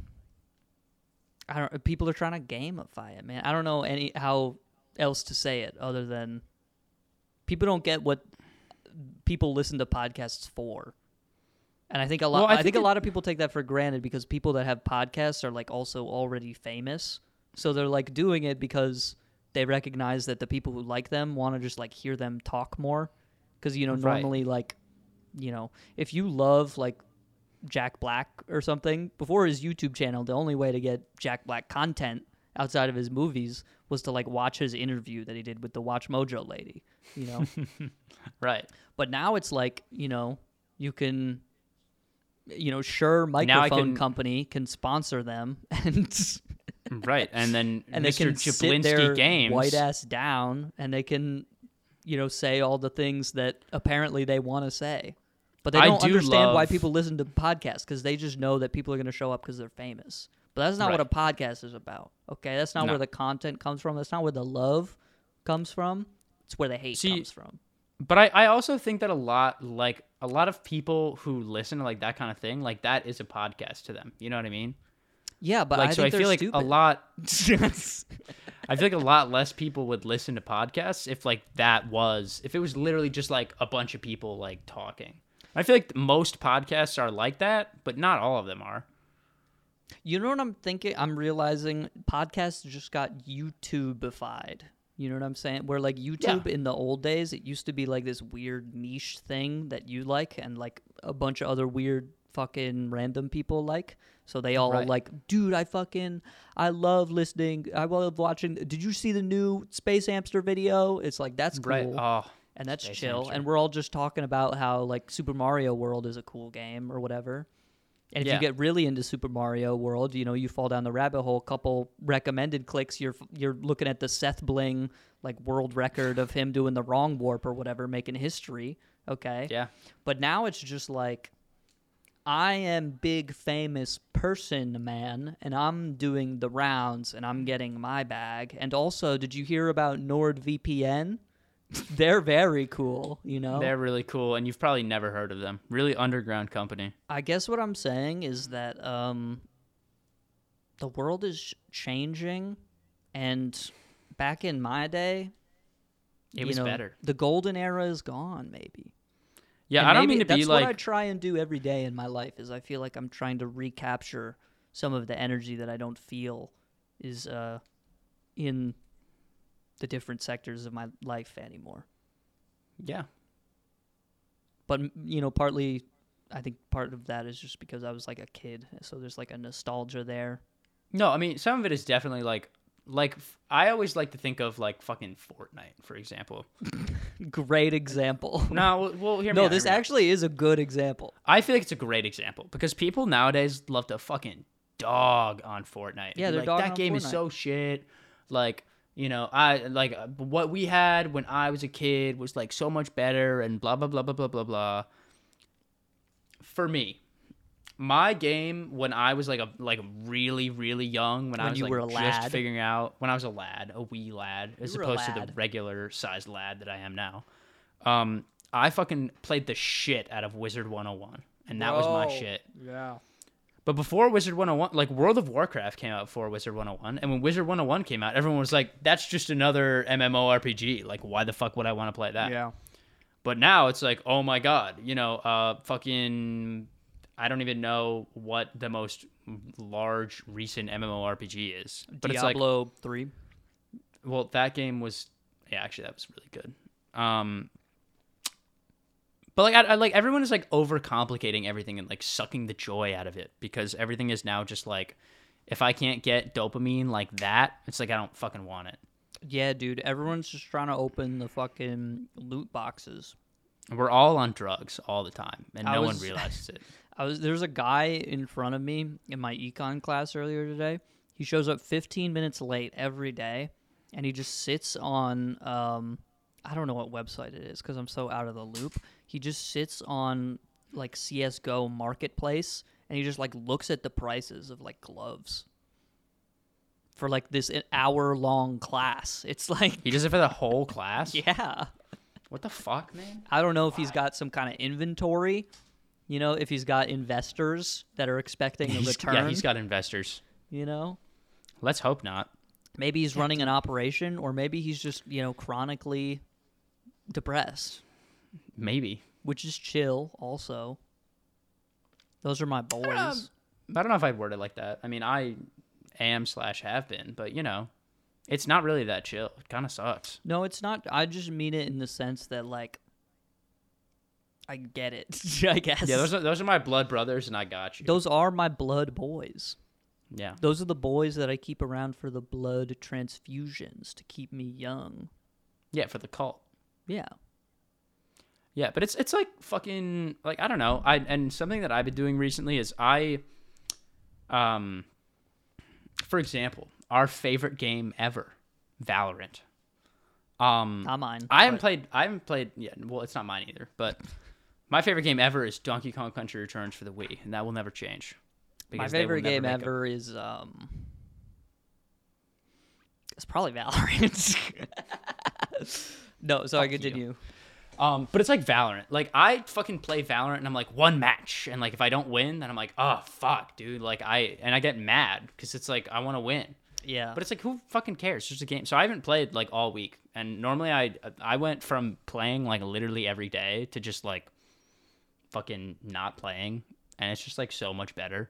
Speaker 1: I don't. uh, People are trying to gamify it, man. I don't know any how else to say it other than people don't get what people listen to podcasts for. And I think a lot.
Speaker 2: Well, I
Speaker 1: I,
Speaker 2: think
Speaker 1: think, a
Speaker 2: it-
Speaker 1: lot of people take that for granted because people that have podcasts are like also already famous, so they're like doing it because they recognize that the people who like them want to just like hear them talk more. Because you know
Speaker 2: Right.
Speaker 1: normally like, you know, if you love like Jack Black or something before his YouTube channel, the only way to get Jack Black content outside of his movies was to like watch his interview that he did with the Watch Mojo lady, you know.
Speaker 2: Right.
Speaker 1: But now it's like, you know, You can, you know, sure,
Speaker 2: I
Speaker 1: microphone
Speaker 2: can-
Speaker 1: company can sponsor them, and
Speaker 2: Right, and then
Speaker 1: and they
Speaker 2: Mr.
Speaker 1: can sit
Speaker 2: Jablinski
Speaker 1: their
Speaker 2: Games.
Speaker 1: white ass down, and they can, you know, say all the things that apparently they want to say. But they
Speaker 2: I
Speaker 1: don't
Speaker 2: do
Speaker 1: understand why
Speaker 2: love-
Speaker 1: people listen to podcasts because they just know that people are going to show up because they're famous. But that's not what a podcast is about. Okay, that's not
Speaker 2: No.
Speaker 1: where the content comes from. That's not where the love comes from. It's where the hate
Speaker 2: See,
Speaker 1: comes from.
Speaker 2: but I, I also think that a lot like a lot of people who listen to like that kind of thing like that is a podcast to them you know what i mean
Speaker 1: Yeah, but
Speaker 2: like
Speaker 1: I
Speaker 2: so i
Speaker 1: think
Speaker 2: feel
Speaker 1: they're
Speaker 2: like
Speaker 1: stupid.
Speaker 2: a lot
Speaker 1: Yes.
Speaker 2: i feel like a lot less people would listen to podcasts if like that was if it was literally just like a bunch of people like talking i feel like most podcasts are like that but not all of them are
Speaker 1: you know what I'm thinking? I'm realizing podcasts just got YouTubefied. You know what I'm saying? Where like YouTube in the old days, it used to be like this weird niche thing that you like and like a bunch of other weird fucking random people like. So they all
Speaker 2: Right.
Speaker 1: like, dude, I fucking I love listening. I love watching. Did you see the new Space Hamster video? It's like that's cool
Speaker 2: right oh
Speaker 1: and that's
Speaker 2: Space
Speaker 1: chill.
Speaker 2: Hamster.
Speaker 1: And we're all just talking about how like Super Mario World is a cool game or whatever. And if
Speaker 2: Yeah.
Speaker 1: you get really into Super Mario World, you know you fall down the rabbit hole. Couple recommended clicks, you're you're looking at the Seth Bling like world record of him doing the wrong warp or whatever, making history. Okay,
Speaker 2: yeah
Speaker 1: but now it's just like I am big famous person man and I'm doing the rounds and I'm getting my bag. And also, did you hear about NordVPN? They're very cool, you know.
Speaker 2: they're really cool and you've probably never heard of them really underground company
Speaker 1: I guess what I'm saying is that um the world is changing and back in my day
Speaker 2: It
Speaker 1: you
Speaker 2: was
Speaker 1: know,
Speaker 2: better.
Speaker 1: The golden era is gone maybe.
Speaker 2: yeah
Speaker 1: And
Speaker 2: i don't
Speaker 1: maybe
Speaker 2: mean to
Speaker 1: that's
Speaker 2: be
Speaker 1: what I
Speaker 2: like
Speaker 1: try and do every day in my life is I feel like I'm trying to recapture some of the energy that I don't feel is uh, in the different sectors of my life anymore.
Speaker 2: yeah
Speaker 1: But m- you know, partly I think part of that is just because I was like a kid, so there's like a nostalgia there.
Speaker 2: No, I mean some of it is definitely like like f- I always like to think of like fucking Fortnite, for example.
Speaker 1: Great example.
Speaker 2: No, well, well hear me.
Speaker 1: no,
Speaker 2: out,
Speaker 1: this
Speaker 2: hear me out.
Speaker 1: actually is a good example.
Speaker 2: I feel like it's a great example because people nowadays love to fucking dog on Fortnite.
Speaker 1: Yeah,
Speaker 2: Be
Speaker 1: they're
Speaker 2: like,
Speaker 1: dogging
Speaker 2: that
Speaker 1: on
Speaker 2: game is
Speaker 1: Fortnite."
Speaker 2: so shit. Like you know, I like uh, what we had when I was a kid was like so much better and blah blah blah blah blah blah blah. For me, my game when I was like a like really really young when, I
Speaker 1: When
Speaker 2: was
Speaker 1: you
Speaker 2: like
Speaker 1: were a
Speaker 2: just
Speaker 1: lad.
Speaker 2: figuring out when I was a lad, a wee lad, as
Speaker 1: were a
Speaker 2: opposed to the
Speaker 1: lad.
Speaker 2: regular sized lad that I am now. Um, I fucking played the shit out of Wizard 101, and that was my shit.
Speaker 1: Yeah.
Speaker 2: But before Wizard 101, like World of Warcraft came out before Wizard 101, and when Wizard 101 came out, everyone was like, "That's just another MMORPG. Like, why the fuck would I want to play that?" But now it's like, oh my god, you know, uh, fucking, I don't even know what the most large recent MMORPG is. But it's like,
Speaker 1: Diablo three.
Speaker 2: well, that game was yeah, actually that was really good. Um but like I, I like everyone is like overcomplicating everything and like sucking the joy out of it because everything is now just like if I can't get dopamine like that, it's like I don't fucking want it.
Speaker 1: Yeah, dude. Everyone's just trying to open the fucking loot boxes.
Speaker 2: We're all on drugs all the time and
Speaker 1: I
Speaker 2: no one
Speaker 1: was-
Speaker 2: realizes it.
Speaker 1: I was there's a guy in front of me in my econ class earlier today. He shows up 15 minutes late every day, and he just sits on um, I don't know what website it is because I'm so out of the loop. He just sits on like CS:GO marketplace, and he just like looks at the prices of like gloves for like this hour long class. It's like
Speaker 2: He does it for the whole class?
Speaker 1: yeah.
Speaker 2: What the fuck, man?
Speaker 1: I don't know if he's got some kind of inventory. You know, if he's got investors that are expecting a
Speaker 2: He's-
Speaker 1: return.
Speaker 2: yeah, he's got investors.
Speaker 1: you know,
Speaker 2: Let's hope not.
Speaker 1: maybe he's running an operation, or maybe he's just you know chronically depressed,
Speaker 2: Maybe.
Speaker 1: which is chill. Also, those are my boys.
Speaker 2: I don't know if I'd word it like that. I mean, I am slash have been, but you know, it's not really that chill. It kind of sucks.
Speaker 1: No, it's not. I just mean it in the sense that like. I get it. I guess.
Speaker 2: Yeah, those are those are my blood brothers, and I got you.
Speaker 1: those are my blood boys.
Speaker 2: yeah,
Speaker 1: Those are the boys that I keep around for the blood transfusions to keep me young.
Speaker 2: yeah, for the cult.
Speaker 1: Yeah.
Speaker 2: Yeah, but it's it's like fucking like I don't know. I and something that I've been doing recently is I um for example, our favorite game ever, Valorant. Um
Speaker 1: Not mine.
Speaker 2: I haven't
Speaker 1: but
Speaker 2: played I haven't played yeah, well, it's not mine either, but my favorite game ever is Donkey Kong Country Returns for the Wii, and that will never change.
Speaker 1: My
Speaker 2: because they will
Speaker 1: favorite
Speaker 2: never
Speaker 1: game
Speaker 2: make a-
Speaker 1: ever is um. It's probably Valorant. no, so I
Speaker 2: Fuck you.
Speaker 1: continue.
Speaker 2: Um, but it's like Valorant. Like I fucking play Valorant and I'm like one match, and like if I don't win, then I'm like, oh fuck, dude. Like I and I get mad because it's like I want to win,
Speaker 1: Yeah,
Speaker 2: but it's like who fucking cares? It's just a game. So I haven't played like all week, and normally I I went from playing like literally every day to just like fucking not playing, and it's just like so much better.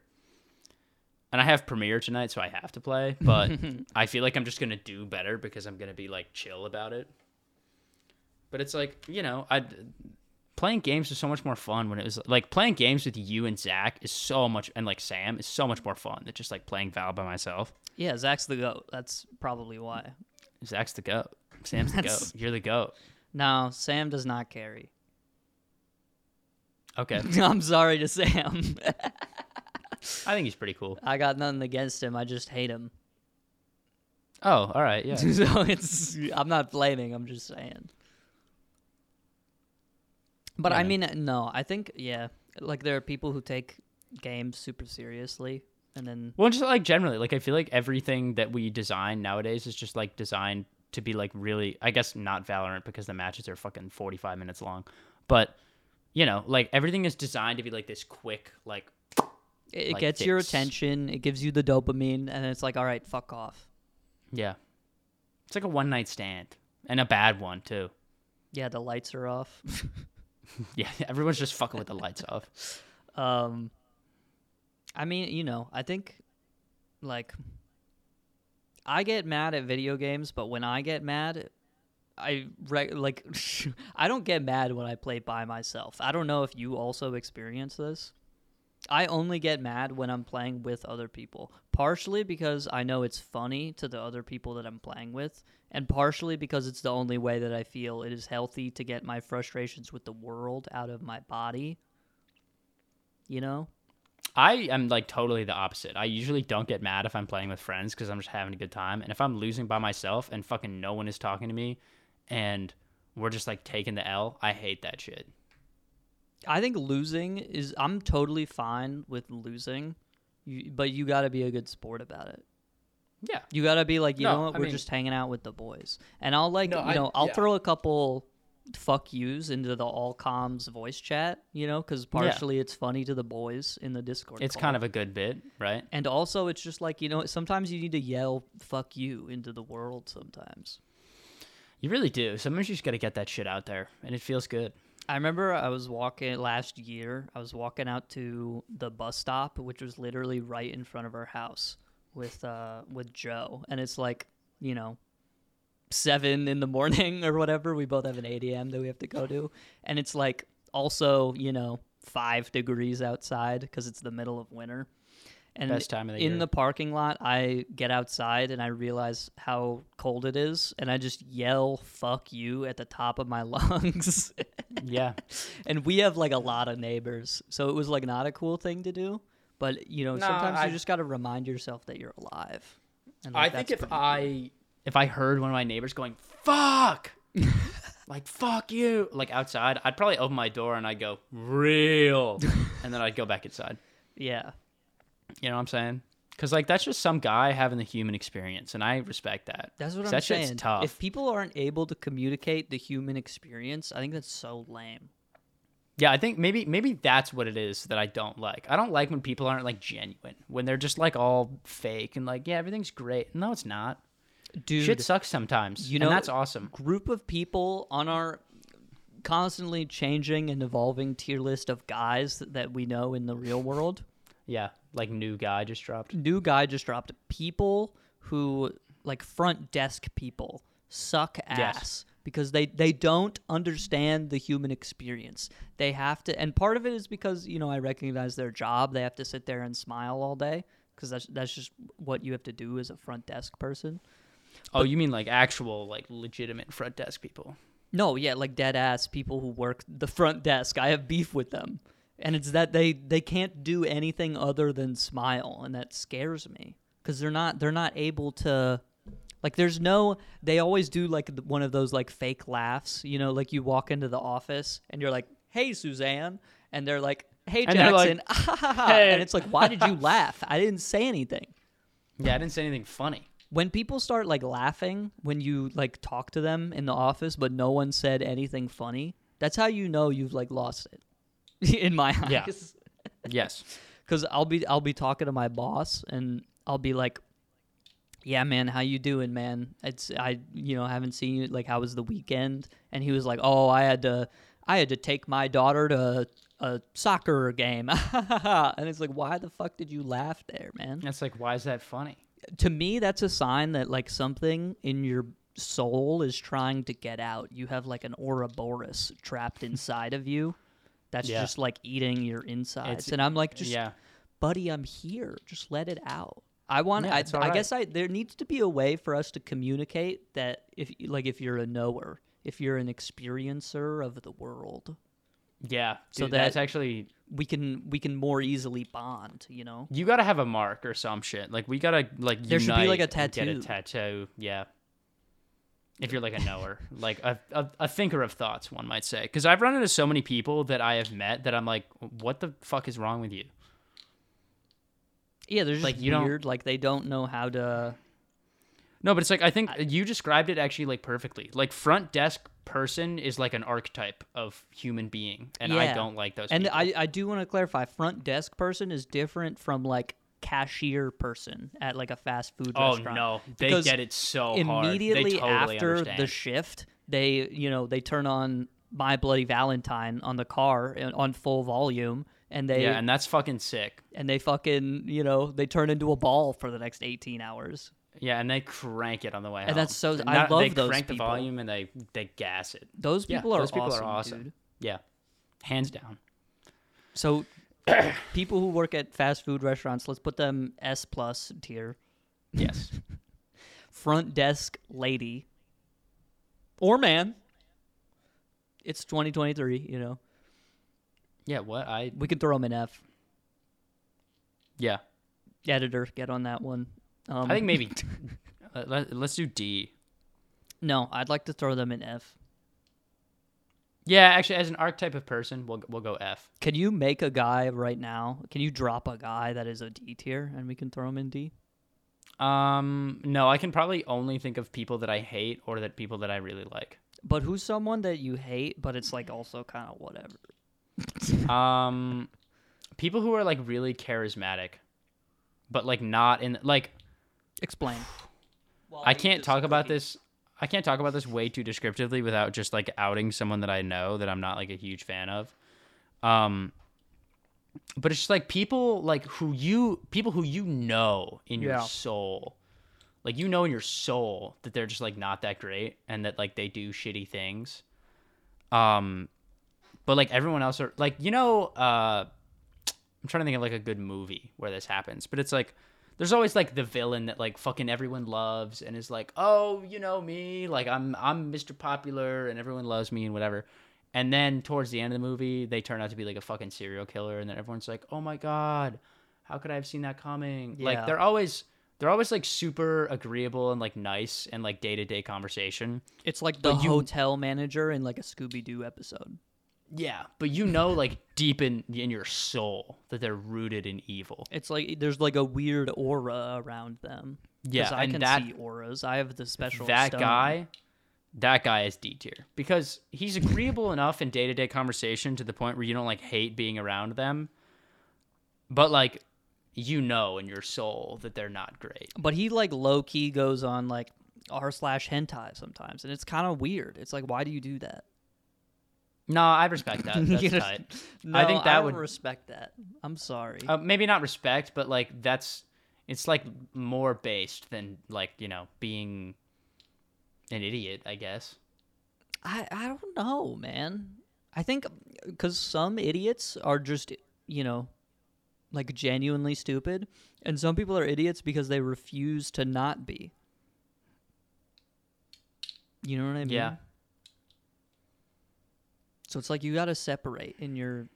Speaker 2: And I have premiere tonight, so I have to play, but I feel like I'm just gonna do better because I'm gonna be like chill about it. But it's like you know, I playing games was so much more fun when it was like playing games with you and Zach is so much, and like Sam is so much more fun than just like playing Val by myself.
Speaker 1: yeah. Zach's the goat. That's probably why.
Speaker 2: Zach's the goat. Sam's the goat.
Speaker 1: That's-
Speaker 2: You're the goat.
Speaker 1: No, Sam does not carry.
Speaker 2: Okay,
Speaker 1: I'm sorry to Sam.
Speaker 2: I think he's pretty cool.
Speaker 1: I got nothing against him. I just hate him.
Speaker 2: Oh, all right, yeah.
Speaker 1: so it's I'm not blaming. I'm just saying. But
Speaker 2: Yeah,
Speaker 1: I
Speaker 2: man.
Speaker 1: mean, no. I think yeah. Like there are people who take games super seriously, and then
Speaker 2: Well, just like generally, like I feel like everything that we design nowadays is just like designed to be like really, I guess not Valorant because the matches are fucking 45 minutes long, but you know, like everything is designed to be like this quick, like
Speaker 1: it, it
Speaker 2: Like
Speaker 1: gets your
Speaker 2: fix.
Speaker 1: attention. It gives you the dopamine, and it's like, all right, fuck off.
Speaker 2: yeah, it's like a one night stand and a bad one too.
Speaker 1: Yeah, the lights are off.
Speaker 2: Yeah, everyone's just fucking with the lights off.
Speaker 1: Um, I mean, you know, I think like I get mad at video games, but when I get mad, I re- like I don't get mad when I play by myself. I don't know if you also experience this. I only get mad when I'm playing with other people, partially because I know it's funny to the other people that I'm playing with, and partially because it's the only way that I feel it is healthy to get my frustrations with the world out of my body. You know?
Speaker 2: I am like totally the opposite. I usually don't get mad if I'm playing with friends because I'm just having a good time. And if I'm losing by myself and fucking no one is talking to me and we're just like taking the L, I hate that shit.
Speaker 1: I think losing is I'm totally fine with losing, you, but you got to be a good sport about it.
Speaker 2: Yeah.
Speaker 1: You got to be like, you
Speaker 2: No,
Speaker 1: know what?
Speaker 2: I
Speaker 1: We're
Speaker 2: mean-
Speaker 1: just hanging out with the boys. And I'll like,
Speaker 2: No,
Speaker 1: you
Speaker 2: I-
Speaker 1: know, I'll
Speaker 2: yeah.
Speaker 1: throw a couple fuck yous into the all comms voice chat, you know, cuz partially it's funny to the boys in the Discord.
Speaker 2: It's
Speaker 1: call.
Speaker 2: kind of a good bit, right?
Speaker 1: and also it's just like, you know, sometimes you need to yell fuck you into the world sometimes.
Speaker 2: You really do. Sometimes you just got to get that shit out there and it feels good.
Speaker 1: I remember I was walking last year. I was walking out to the bus stop, which was literally right in front of our house with uh with Joe, and it's like you know seven in the morning or whatever. We both have an eight a.m. that we have to go to, and it's like also you know five degrees outside because it's the middle of winter. And
Speaker 2: Best time of the
Speaker 1: in
Speaker 2: year.
Speaker 1: the parking lot, I get outside and I realize how cold it is, and I just yell "fuck you" at the top of my lungs.
Speaker 2: Yeah.
Speaker 1: and we have like a lot of neighbors so it was like not a cool thing to do but you know
Speaker 2: No,
Speaker 1: sometimes
Speaker 2: I-
Speaker 1: you just got to remind yourself that you're alive and
Speaker 2: I
Speaker 1: like,
Speaker 2: think
Speaker 1: that's
Speaker 2: if
Speaker 1: pretty-
Speaker 2: I if I heard one of my neighbors going fuck, like fuck you, like outside, I'd probably open my door and I'd go real, and then I'd go back inside.
Speaker 1: yeah
Speaker 2: You know what I'm saying? Because like that's just some guy having the human experience, and I respect that.
Speaker 1: that's
Speaker 2: 'Cause
Speaker 1: what i'm
Speaker 2: that
Speaker 1: saying
Speaker 2: Shit's tough.
Speaker 1: if people aren't able to communicate the human experience i think that's so lame
Speaker 2: Yeah, I think maybe maybe that's what it is that I don't like. I don't like when people aren't like genuine, when they're just like all fake and like yeah everything's great. No, it's not.
Speaker 1: dude
Speaker 2: Shit sucks sometimes.
Speaker 1: you
Speaker 2: You know
Speaker 1: know-
Speaker 2: that's awesome.
Speaker 1: group of people on our constantly changing and evolving tier list of guys that we know in the real world
Speaker 2: Yeah, like new guy just dropped.
Speaker 1: new guy just dropped people who like front desk people suck ass because they they don't understand the human experience they have to and part of it is because you know i recognize their job they have to sit there and smile all day because that's, that's just what you have to do as a front desk person
Speaker 2: Oh, you mean like actual like legitimate front desk people?
Speaker 1: No, yeah, like dead ass people who work the front desk. I have beef with them. And it's that they they can't do anything other than smile and that scares me cuz they're not they're not able to like there's no they always do like th- one of those like fake laughs, you know, like you walk into the office and you're like, "Hey Suzanne." And they're like, "Hey
Speaker 2: And they're like,
Speaker 1: Jackson."
Speaker 2: "Hey."
Speaker 1: And it's like, "Why did you laugh? I didn't say anything."
Speaker 2: Yeah, I didn't say anything funny.
Speaker 1: when people start like laughing when you like talk to them in the office but no one said anything funny that's how you know you've like lost it in my
Speaker 2: Yeah.
Speaker 1: eyes
Speaker 2: Yes.
Speaker 1: because i'll be i'll be talking to my boss and i'll be like yeah man how you doing man it's i you know haven't seen you like how was the weekend and he was like oh i had to i had to take my daughter to a soccer game and it's like why the fuck did you laugh there man
Speaker 2: That's like, why is that funny?
Speaker 1: to me that's a sign that like something in your soul is trying to get out you have like an ouroboros trapped inside of you that's
Speaker 2: Yeah.
Speaker 1: just like eating your insides
Speaker 2: It's-
Speaker 1: and i'm like just
Speaker 2: yeah.
Speaker 1: buddy i'm here just let it out i want
Speaker 2: Yeah,
Speaker 1: I,
Speaker 2: it's all
Speaker 1: I
Speaker 2: right.
Speaker 1: guess i there needs to be a way for us to communicate that if like if you're a knower if you're an experiencer of the world
Speaker 2: Yeah.
Speaker 1: So
Speaker 2: so that's
Speaker 1: that-
Speaker 2: actually
Speaker 1: we can we can more easily bond you know
Speaker 2: you gotta have a mark or some shit. Like we gotta like
Speaker 1: There should be, like,
Speaker 2: unite
Speaker 1: a
Speaker 2: and Get a
Speaker 1: tattoo.
Speaker 2: tattoo. Yeah. If you're like a knower, like a, a, a thinker of thoughts, one might say. Because I've run into so many people that I have met that I'm like, what the fuck is wrong with you?
Speaker 1: yeah there's
Speaker 2: Like,
Speaker 1: like
Speaker 2: you don't-
Speaker 1: weird like they don't know how to
Speaker 2: No, but it's like I think you described it actually like perfectly. Like front desk person is like an archetype of human being, and I
Speaker 1: Yeah.
Speaker 2: don't like those.
Speaker 1: And
Speaker 2: people.
Speaker 1: I, I do want to clarify front desk person is different from like cashier person at like a fast food
Speaker 2: oh
Speaker 1: restaurant.
Speaker 2: no, they
Speaker 1: Because
Speaker 2: get it so hard. They
Speaker 1: Immediately
Speaker 2: totally
Speaker 1: after
Speaker 2: understand.
Speaker 1: the shift, they you know, they turn on My Bloody Valentine on the car and- on full volume and they
Speaker 2: yeah,
Speaker 1: and-,
Speaker 2: and that's fucking sick.
Speaker 1: they fucking, you know, they turn into a ball for the next 18 hours.
Speaker 2: Yeah, and they crank it on the way home.
Speaker 1: And that's so- I
Speaker 2: Not- They
Speaker 1: love those
Speaker 2: crank
Speaker 1: people.
Speaker 2: the volume and they they gas it.
Speaker 1: Those
Speaker 2: Yeah,
Speaker 1: people are
Speaker 2: those people
Speaker 1: awesome,
Speaker 2: are awesome.
Speaker 1: dude.
Speaker 2: Yeah, hands down.
Speaker 1: So people who work at fast food restaurants, let's put them S plus tier.
Speaker 2: Yes.
Speaker 1: front desk lady or man. It's 2023, you know.
Speaker 2: yeah. What I
Speaker 1: We can throw him an F.
Speaker 2: yeah.
Speaker 1: Editor, get on that one. Um,
Speaker 2: I think maybe uh, let, let's do D.
Speaker 1: no, I'd like to throw them an F.
Speaker 2: Yeah, actually, as an archetype of person, we'll we'll go F.
Speaker 1: Can you make a guy right now? Can you drop a guy that is a D tier and we can throw him in D?
Speaker 2: Um, no, I can probably only think of people that I hate or that people that I really like.
Speaker 1: But who's someone that you hate, but it's like also kind of whatever?
Speaker 2: Um, people who are like really charismatic, but like not in like
Speaker 1: Explain.
Speaker 2: I can't talk about this. I can't talk about this way too descriptively without just like outing someone that I know that I'm not like a huge fan of. Um, but it's just like people like who you people who you know in your
Speaker 1: Yeah.
Speaker 2: soul, like you know in your soul that they're just like not that great and that like they do shitty things. Um, but like everyone else are like you know uh. I'm trying to think of like a good movie where this happens, but it's like there's always like the villain that like fucking everyone loves and is like, "Oh, you know me, like I'm I'm Mr. Popular and everyone loves me and whatever." And then towards the end of the movie, they turn out to be like a fucking serial killer and then everyone's like, "Oh my god, how could I have seen that coming?" Like
Speaker 1: Yeah.
Speaker 2: they're always they're always like super agreeable and like nice and like day-to-day conversation.
Speaker 1: It's like the
Speaker 2: But you-
Speaker 1: hotel manager in like a Scooby Doo episode.
Speaker 2: Yeah, but you know like deep in in your soul that they're rooted in evil.
Speaker 1: It's like there's like a weird aura around them. 'Cause
Speaker 2: Yeah,
Speaker 1: I
Speaker 2: and
Speaker 1: can
Speaker 2: that-
Speaker 1: see auras. I have the special
Speaker 2: that
Speaker 1: stone.
Speaker 2: guy that guy is d tier because he's agreeable enough in day-to-day conversation to the point where you don't like hate being around them but like you know in your soul that they're not great
Speaker 1: But he like low key goes on like r slash hentai sometimes, and it's kind of weird. It's like, why do you do that?
Speaker 2: no i respect that Uh, that's
Speaker 1: You know,
Speaker 2: tight
Speaker 1: No,
Speaker 2: i think that
Speaker 1: don't
Speaker 2: would
Speaker 1: respect that. I'm sorry.
Speaker 2: uh, maybe not respect but like that's it's like more based than like you know being an idiot i guess
Speaker 1: I I don't know, man. I think because some idiots are just you know like genuinely stupid, and some people are idiots because they refuse to not be. You know what I mean?
Speaker 2: yeah
Speaker 1: So it's like you got to separate in your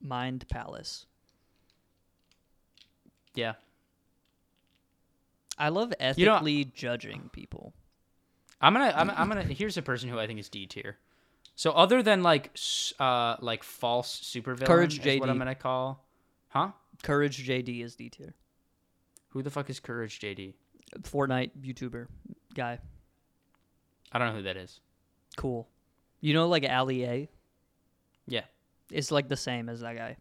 Speaker 1: mind palace.
Speaker 2: Yeah.
Speaker 1: I love
Speaker 2: know-
Speaker 1: ethically judging people.
Speaker 2: I'm gonna, I'm, I'm gonna. Here's a person who I think is D tier. So other than like, s- uh, like false supervillain,
Speaker 1: Courage
Speaker 2: is what
Speaker 1: JD.
Speaker 2: I'm gonna call, huh?
Speaker 1: Courage JD is D tier.
Speaker 2: Who the fuck is Courage JD?
Speaker 1: Fortnite YouTuber guy.
Speaker 2: I don't know who that is.
Speaker 1: Cool. You know, like Ali A?
Speaker 2: Yeah.
Speaker 1: It's like the same as that guy.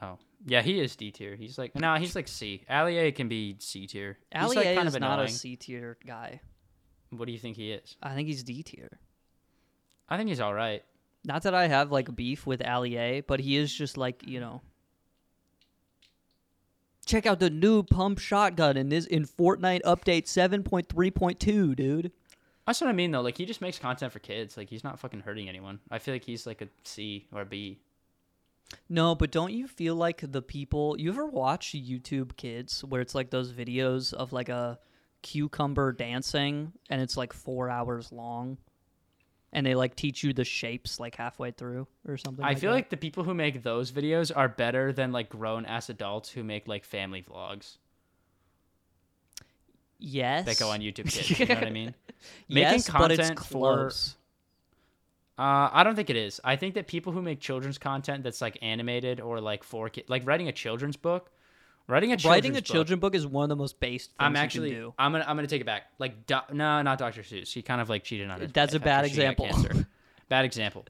Speaker 2: Oh, yeah, he is D tier. He's like, nah, he's like C. Ali A can be C tier. He's,
Speaker 1: Ali
Speaker 2: like,
Speaker 1: A
Speaker 2: kind
Speaker 1: is
Speaker 2: of
Speaker 1: not a
Speaker 2: annoying.
Speaker 1: C tier guy.
Speaker 2: What do you think he is?
Speaker 1: I think he's D tier.
Speaker 2: I think he's all right.
Speaker 1: Not that I have like beef with Ali A, but he is just like, you know. Check out the new pump shotgun in this in Fortnite update 7.3.2, dude.
Speaker 2: That's what I mean though. Like he just makes content for kids. Like he's not fucking hurting anyone. I feel like he's like a C or a B.
Speaker 1: No, but don't you feel like the people you ever watch YouTube kids where it's like those videos of like a cucumber dancing and it's like 4 hours long and they like teach you the shapes like halfway through or something
Speaker 2: I feel
Speaker 1: that?
Speaker 2: like the people who make those videos are better than like grown ass adults who make like family vlogs
Speaker 1: yes
Speaker 2: that go on YouTube Kids. you know what I mean?
Speaker 1: yes, but it's
Speaker 2: for
Speaker 1: close.
Speaker 2: uh, I don't think it is. I think that people who make children's content that's like animated or like for kids, like writing a children's book, writing a children's
Speaker 1: Writing a
Speaker 2: book,
Speaker 1: children's book is one of the most based things
Speaker 2: I'm
Speaker 1: you can
Speaker 2: actually.
Speaker 1: do.
Speaker 2: I'm gonna. I'm gonna take it back. Like, do, no, not Dr. Seuss. He kind of like cheated on his.
Speaker 1: That's a
Speaker 2: wife
Speaker 1: bad
Speaker 2: after she got
Speaker 1: example.
Speaker 2: cancer. bad example.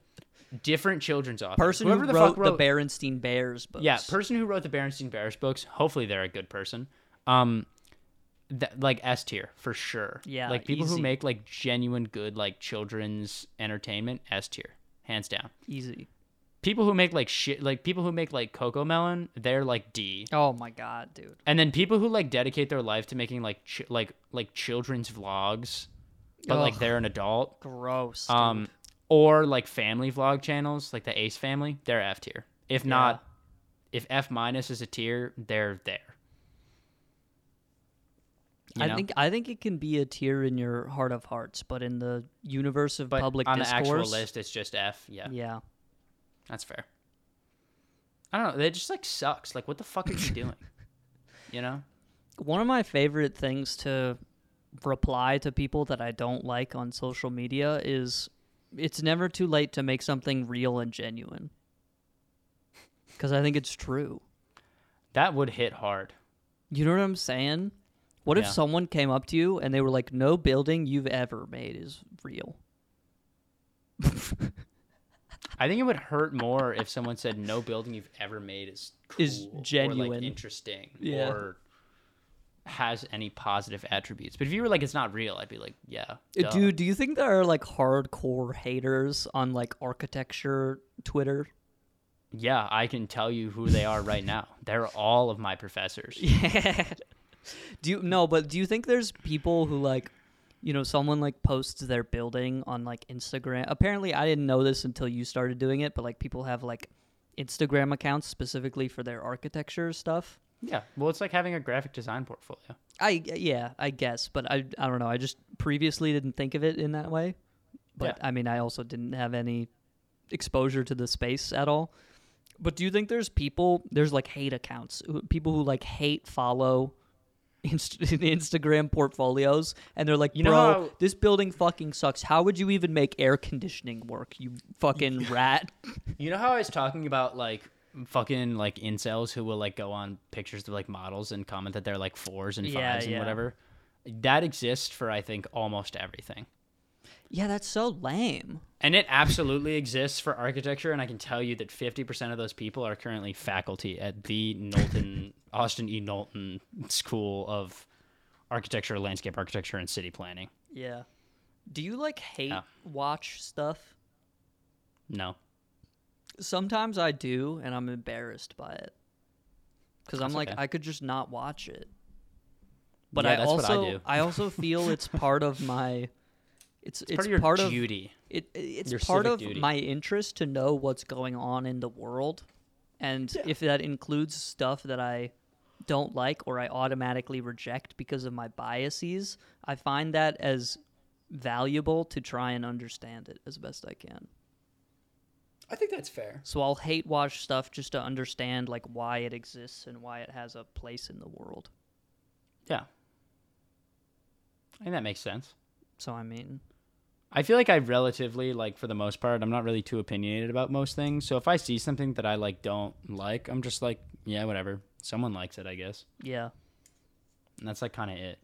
Speaker 2: Different children's authors.
Speaker 1: Person
Speaker 2: Whoever
Speaker 1: who
Speaker 2: the
Speaker 1: wrote
Speaker 2: fuck
Speaker 1: the,
Speaker 2: wrote,
Speaker 1: Berenstein Bears books.
Speaker 2: Yeah, person who wrote the Berenstain Bears books. Hopefully, they're a good person. Um, that like S tier for sure.
Speaker 1: Yeah,
Speaker 2: like people who
Speaker 1: easy.
Speaker 2: make like genuine good like children's entertainment. S tier, hands down.
Speaker 1: easy.
Speaker 2: People who make like shit, like people who make like Coco Melon, they're like D.
Speaker 1: Oh my god, dude.
Speaker 2: And then people who like dedicate their life to making like ch- like like children's vlogs, but like
Speaker 1: Ugh.
Speaker 2: they're an adult.
Speaker 1: Gross. Dude.
Speaker 2: Um, or like family vlog channels, like the Ace Family, they're F tier. If not, if F minus is a tier, they're there. You
Speaker 1: I
Speaker 2: know?
Speaker 1: think I think it can be a tier in your heart of hearts, but in the universe of
Speaker 2: but
Speaker 1: public
Speaker 2: on the
Speaker 1: discourse,
Speaker 2: actual list, it's just F. Yeah,
Speaker 1: yeah,
Speaker 2: that's fair. I don't know. That just like sucks. Like, what the fuck are you doing? You know?
Speaker 1: one of my favorite things to reply to people that I don't like on social media is it's never too late to make something real and genuine. Cuz I think it's true.
Speaker 2: That would hit hard.
Speaker 1: You know what I'm saying? What if
Speaker 2: Yeah.
Speaker 1: someone came up to you and they were like no building you've ever made is real?
Speaker 2: I think it would hurt more if someone said no building you've ever made is cool
Speaker 1: Is
Speaker 2: or like
Speaker 1: genuine.
Speaker 2: interesting
Speaker 1: Yeah.
Speaker 2: or has any positive attributes. But if you were like it's not real, I'd be like, yeah, duh.
Speaker 1: Uh, Dude, do you think there are like hardcore haters on like architecture Twitter?
Speaker 2: yeah, I can tell you who they are right now. They're all of my professors.
Speaker 1: do you no but do you think there's people who like you know someone like posts their building on like instagram apparently i didn't know this until you started doing it but like people have like instagram accounts specifically for their architecture stuff
Speaker 2: Yeah, well, it's like having a graphic design portfolio.
Speaker 1: i yeah i guess but i i don't know i just previously didn't think of it in that way but i mean i also didn't have any exposure to the space at all but do you think there's people there's like hate accounts who- people who like hate follow Inst- Instagram portfolios, and they're like,
Speaker 2: You know
Speaker 1: "Bro,
Speaker 2: how-
Speaker 1: this building fucking sucks. How would you even make air conditioning work? You fucking rat."
Speaker 2: You know how I was talking about like fucking like incels who will like go on pictures of like models and comment that they're like fours and fives
Speaker 1: Yeah,
Speaker 2: and
Speaker 1: yeah.
Speaker 2: whatever. That exists for I think almost everything.
Speaker 1: yeah, that's so lame.
Speaker 2: And it absolutely exists for architecture, and I can tell you that fifty percent of those people are currently faculty at the Knowlton Austin E. Knowlton School of Architecture, Landscape Architecture, and City Planning.
Speaker 1: Yeah. Do you like hate
Speaker 2: Yeah.
Speaker 1: watch stuff?
Speaker 2: No.
Speaker 1: Sometimes I do, and I'm embarrassed by it because I'm
Speaker 2: That's
Speaker 1: like,
Speaker 2: okay.
Speaker 1: I could just not watch it. But
Speaker 2: Yeah,
Speaker 1: I
Speaker 2: that's what I
Speaker 1: also,
Speaker 2: do.
Speaker 1: also feel it's part of my. It's it's,
Speaker 2: part of your
Speaker 1: part of
Speaker 2: duty.
Speaker 1: it, it's
Speaker 2: Your
Speaker 1: part
Speaker 2: civic
Speaker 1: of
Speaker 2: duty.
Speaker 1: my interest to know what's going on in the world and if that includes stuff that i don't like or i automatically reject because of my biases i find that as valuable to try and understand it as best i can
Speaker 2: I think that's fair.
Speaker 1: So I'll hate watch stuff just to understand like why it exists and why it has a place in the world.
Speaker 2: Yeah. I think that makes sense.
Speaker 1: So I mean,
Speaker 2: I feel like I relatively like for the most part, I'm not really too opinionated about most things. So if I see something that I like don't like, I'm just like, yeah, whatever. Someone likes it, I guess.
Speaker 1: yeah.
Speaker 2: And that's like kind of it.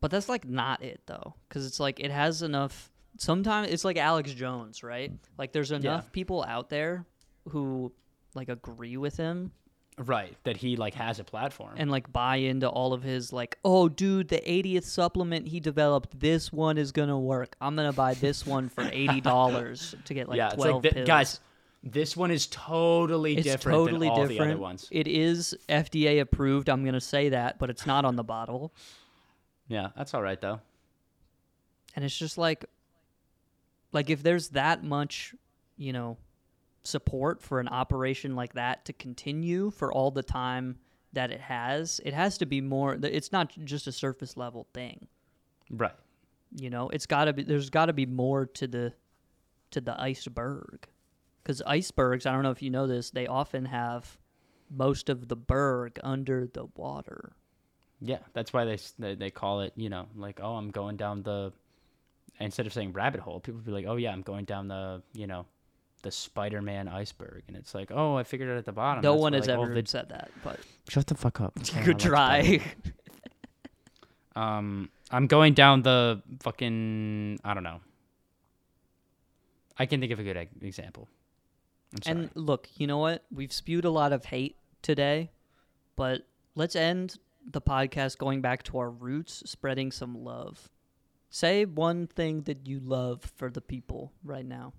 Speaker 1: But that's like not it though, because it's like it has enough. Sometimes it's like Alex Jones, right? Like there's enough people out there who like agree with him
Speaker 2: Right, that he like has a platform.
Speaker 1: and like buy into all of his like, oh dude, the 80th supplement he developed, this one is gonna work. I'm gonna buy this one for eighty dollars to get like
Speaker 2: yeah, it's like
Speaker 1: twelve
Speaker 2: th-
Speaker 1: pills.
Speaker 2: guys, this one is totally
Speaker 1: it's
Speaker 2: different
Speaker 1: totally
Speaker 2: than all
Speaker 1: different.
Speaker 2: the other ones.
Speaker 1: It is FDA approved. I'm gonna say that, but it's not on the bottle.
Speaker 2: Yeah, that's all right though.
Speaker 1: and it's just like like if there's that much you know support for an operation like that to continue for all the time that it has it has to be more it's not just a surface level thing
Speaker 2: Right.
Speaker 1: you know it's got to be there's got to be more to the to the iceberg because icebergs i don't know if you know this they often have most of the berg under the water
Speaker 2: Yeah, that's why they s- they, they call it, you know, like oh, I'm going down the instead of saying rabbit hole, people be like, "Oh yeah, I'm going down the, you know, the Spider-Man iceberg." And it's like, "Oh, I figured it at the bottom."
Speaker 1: no
Speaker 2: That's
Speaker 1: one
Speaker 2: why,
Speaker 1: has
Speaker 2: like, all
Speaker 1: ever
Speaker 2: the-
Speaker 1: said that but
Speaker 2: Shut the fuck up.
Speaker 1: you could try
Speaker 2: Um, I'm going down the fucking I don't know. I can think of a good e- example. I'm sorry.
Speaker 1: And look, you know what? We've spewed a lot of hate today, but let's end the podcast going back to our roots, spreading some love. Say one thing that you love for the people right now.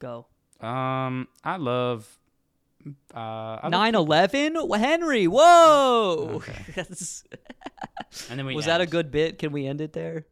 Speaker 1: Go.
Speaker 2: um, I love uh I love-
Speaker 1: 9 11? Henry, whoa!
Speaker 2: Okay.
Speaker 1: That's-
Speaker 2: and then we
Speaker 1: was that a
Speaker 2: end.
Speaker 1: good bit? Can we end it there?